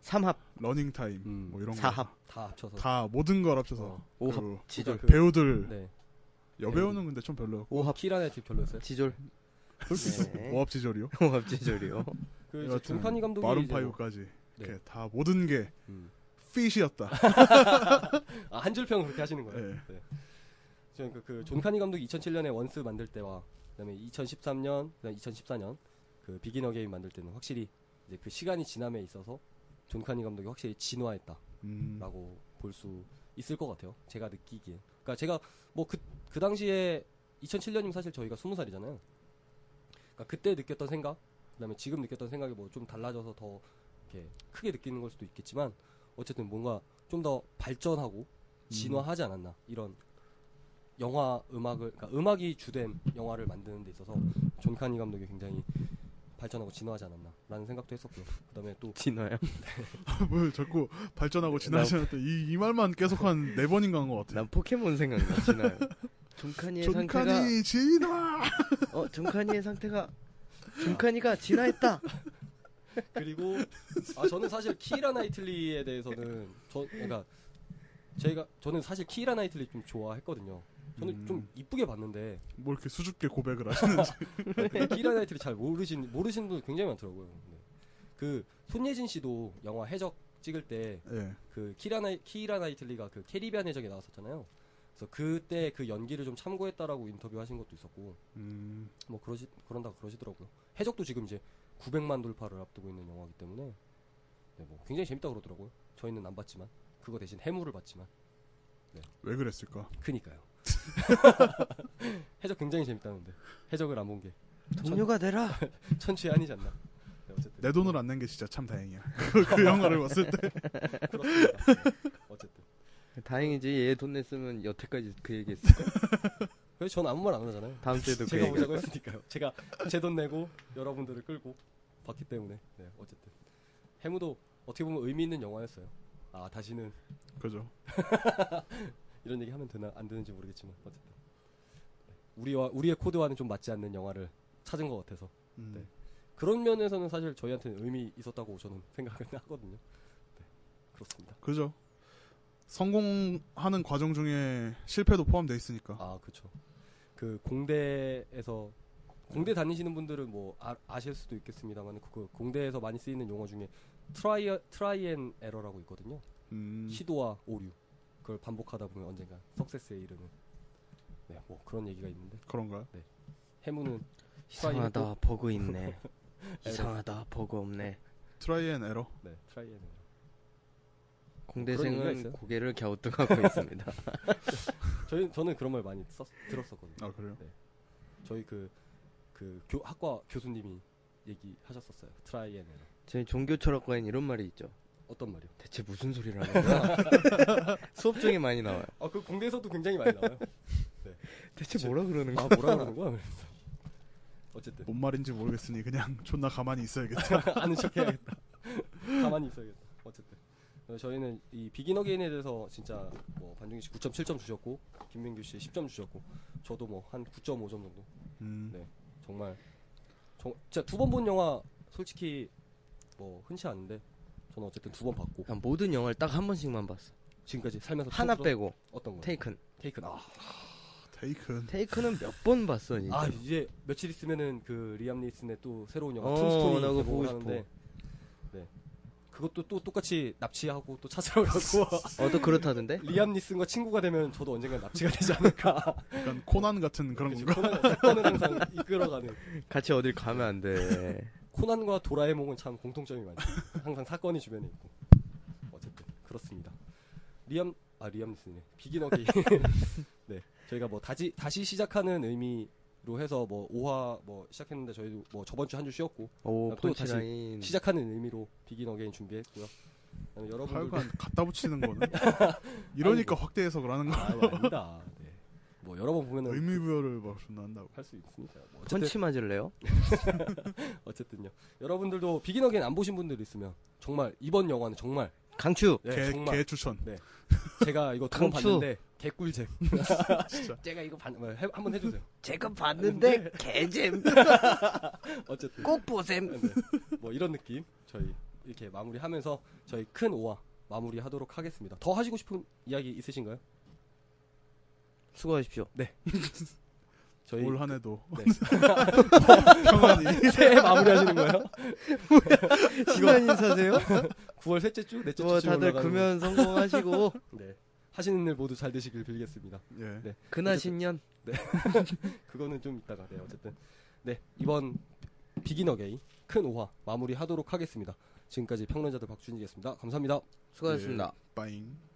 삼합
러닝 타임,
음.
뭐 이런
사합.
다 합쳐서
거 다 모든 걸 합쳐서
어,
오합
그
지졸
그-
배우들
네.
여배우는 근데 좀 별로.
오합
키라네 집 결론했어요.
지졸 네.
오합 지졸이요.
오합 지졸이요.
그 이제
여하튼
종판이 감독이
마룬
이제 뭐-
파이브까지
네.
이렇게 다 모든 게
음.
핏이었다.
아, 한 줄평 그렇게 하시는 거예요.
네.
네. 지금 그, 그 존카니 감독이 2007년에 원스 만들 때와 그다음에 2013년, 그다음에 2014년 그 비긴 어게인 만들 때는 확실히 이제 그 시간이 지남에 있어서 존카니 감독이 확실히 진화했다라고
음,
볼 수 있을 것 같아요. 제가 느끼기엔. 그러니까 제가 뭐 그 그 당시에 2007년이면 사실 저희가 20살이잖아요. 그러니까 그때 느꼈던 생각, 그다음에 지금 느꼈던 생각이 뭐 좀 달라져서 더 이렇게 크게 느끼는 걸 수도 있겠지만 어쨌든 뭔가 좀 더 발전하고 진화하지 않았나 이런 영화 음악을 그러니까 음악이 주된 영화를 만드는 데 있어서 존 카니 감독이 굉장히 발전하고 진화하지 않았나라는 생각도 했었고요. 그다음에 또
진화요.
뭘 자꾸 발전하고
네,
지나지 않았다. 이, 이 말만 계속 한 네 번인가 한 것 같아.
난 포켓몬 생각나 진화요.
네
존카니의 상태가
존카니 진화.
어 존카니의 상태가 존카니가 진화했다.
그리고 아 저는 사실 키라 나이틀리에 대해서는 저 그러니까 제가 저는 사실 키라 나이틀리 좀 좋아했거든요. 저는
음.
좀 이쁘게 봤는데
뭘뭐 이렇게 수줍게 고백을 하시는지.
근데 키라 나이틀리 잘 모르신 모르시는 분들 굉장히 많더라고요. 네. 그 손예진 씨도 영화 해적 찍을 때
예.
그 키라나 키라나 이틀리가 그 캐리비안 해적에 나왔었잖아요. 그래서 그때 그 연기를 좀 참고했다라고 인터뷰하신 것도 있었고
음,
뭐 그러시 그런다 고 그러시더라고요. 해적도 지금 이제 900만 돌파를 앞두고 있는 영화이기 때문에 네, 뭐 굉장히 재밌다 고 그러더라고요. 저희는 안 봤지만 그거 대신 해물을 봤지만
왜 그랬을까?
그니까요. 해적 굉장히 재밌다는데 해적을 안 본 게
동료가 되라
천추의 한이지 않나. 네, 어쨌든
내 돈을 안 낸 게 진짜 참 다행이야. 그, 그 영화를 봤을 때.
그렇습니다. 네, 어쨌든
다행이지 얘 돈 냈으면 여태까지 그 얘기했을 거야.
그래서 저는 아무 말 안 하잖아요.
다음 주에도 그
제가
얘기.
오자고 했으니까요. 제가 제 돈 내고 여러분들을 끌고 봤기 때문에 네, 어쨌든 해무도 어떻게 보면 의미 있는 영화였어요. 아 다시는
그죠.
이런 얘기 하면 되나 안 되는지 모르겠지만 어쨌든 네, 우리와 우리의 코드와는 좀 맞지 않는 영화를 찾은 것 같아서
음.
네. 그런 면에서는 사실 저희한테는 의미 있었다고 저는 생각을 하거든요. 네, 그렇습니다.
그죠. 성공하는 과정 중에 실패도 포함되어 있으니까.
아 그렇죠. 그 공대에서 공대 다니시는 분들은 뭐 아, 실 수도 있겠습니다만 그 공대에서 많이 쓰이는 용어 중에 트라이 트라이 앤 에러라고 있거든요.
음,
시도와 오류 그걸 반복하다 보면 언젠가 석세스에 이르는 네, 뭐 그런 얘기가 있는데
그런가요?
해무는
이상하다 버그 있네. 이상하다 버그 없네.
트라이 앤 에러.
네 트라이 앤 에러. 그런 얘기가 있어요?
공대생은 고개를 갸우뚱하고 있습니다.
저희 저는 그런 말 많이 썼, 들었었거든요.
아, 그래요?
저희 그 그 학과 교수님이 얘기하셨었어요. 트라이 앤 에러.
저희 종교 철학과엔 이런 말이 있죠.
어떤 말이요?
대체 무슨 소리를 하는 거야? 수업 중에 많이 나와요.
아 그 공대에서도 굉장히 많이 나와요.
대체 뭐라 그러는
아
거야?
뭐라 그러는 거야? 그래서 어쨌든
뭔 말인지 모르겠으니 그냥 존나 가만히 있어야겠다.
아는 척뭐 해야겠다. 가만히 있어야겠다. 어쨌든. 그래서 저희는 이 비긴 어게인에 대해서 진짜 뭐 반중기 씨 9.7점 주셨고 김민규 씨 10점 주셨고 저도 뭐 한 9.5점 정도.
음.
네. 정말 정, 진짜 두 번 본 영화 솔직히 뭐 흔치 않은데 저는 어쨌든 두 번 봤고
난 아, 모든 영화를 딱 한 번씩만 봤어.
지금까지 살면서
하나
통틀어
빼고
어떤 아, 거?
테이큰.
테이크 나.
테이큰.
테이큰은 몇 번 봤어 진짜.
아 이제 며칠 있으면은 그 리암 니슨의 또 새로운 영화
어,
톰스토리
나 그거
개봉을
보고
하는데 네 그것도 또 똑같이 납치하고 또 찾아가고
어또 그렇다던데?
리암 니슨과 친구가 되면 저도 언젠가 납치가 되지 않을까
약간 코난 같은 그런
그치,
건가?
코난, 사건을 항상 이끌어가는
같이 어딜 가면 안 돼.
코난과 도라에몽은 참 공통점이 많죠 항상 사건이 주변에 있고 어쨌든 그렇습니다 리암 아 리암 니슨이네 비긴 어게인 네 저희가 뭐 다시 다시 시작하는 의미로 해서 뭐 5화 뭐 시작했는데 저희도 뭐 저번 주 한 주 쉬었고
오
야, 또 다시
어, 펀치라인.
시작하는 의미로 비긴 어게인 준비했고요. 그다음에 여러분들도
하여간 갖다 붙이는 거는 이러니까 확대 해석을 하는 거.
아, 아니, 아니다. 네. 뭐 여러 번 보면은
의미 부여를 막 존나 한다고.
할 수 있으니까. 뭐 어쨌든
펀치 맞을래요?
어쨌든요. 여러분들도 비긴 어게인 안 보신 분들 있으면 정말 이번 영화는 정말
강추.
네,
개,
정말
개 추천.
제가 이거 두 번
강추.
봤는데 개꿀잼.
진짜.
제가 이거 음. 반 뭐, 해- 한번 해주세요.
제가 봤는데 개잼
어쨌든
꼭 보셈.
네. 뭐 이런 느낌 저희 이렇게 마무리하면서 저희 큰 5화 마무리하도록 하겠습니다. 더 하시고 싶은 이야기 있으신가요?
수고하십시오.
저희
올 한 해도
네.
평안히.
새해 마무리하시는 거예요?
신난 인사세요?
9월 셋째 주, 넷째
뭐
주에
다들
올라가는
금연 성공하시고
네. 하시는 일 모두 잘 되시길 빌겠습니다.
예.
네.
근하
어쨌든.
10년
그거는 좀 이따가 네, 어쨌든. 네. 이번 비긴 어게인 큰 5화 마무리하도록 하겠습니다. 지금까지 평론자들 박준희였습니다. 감사합니다.
수고하셨습니다.
빠잉.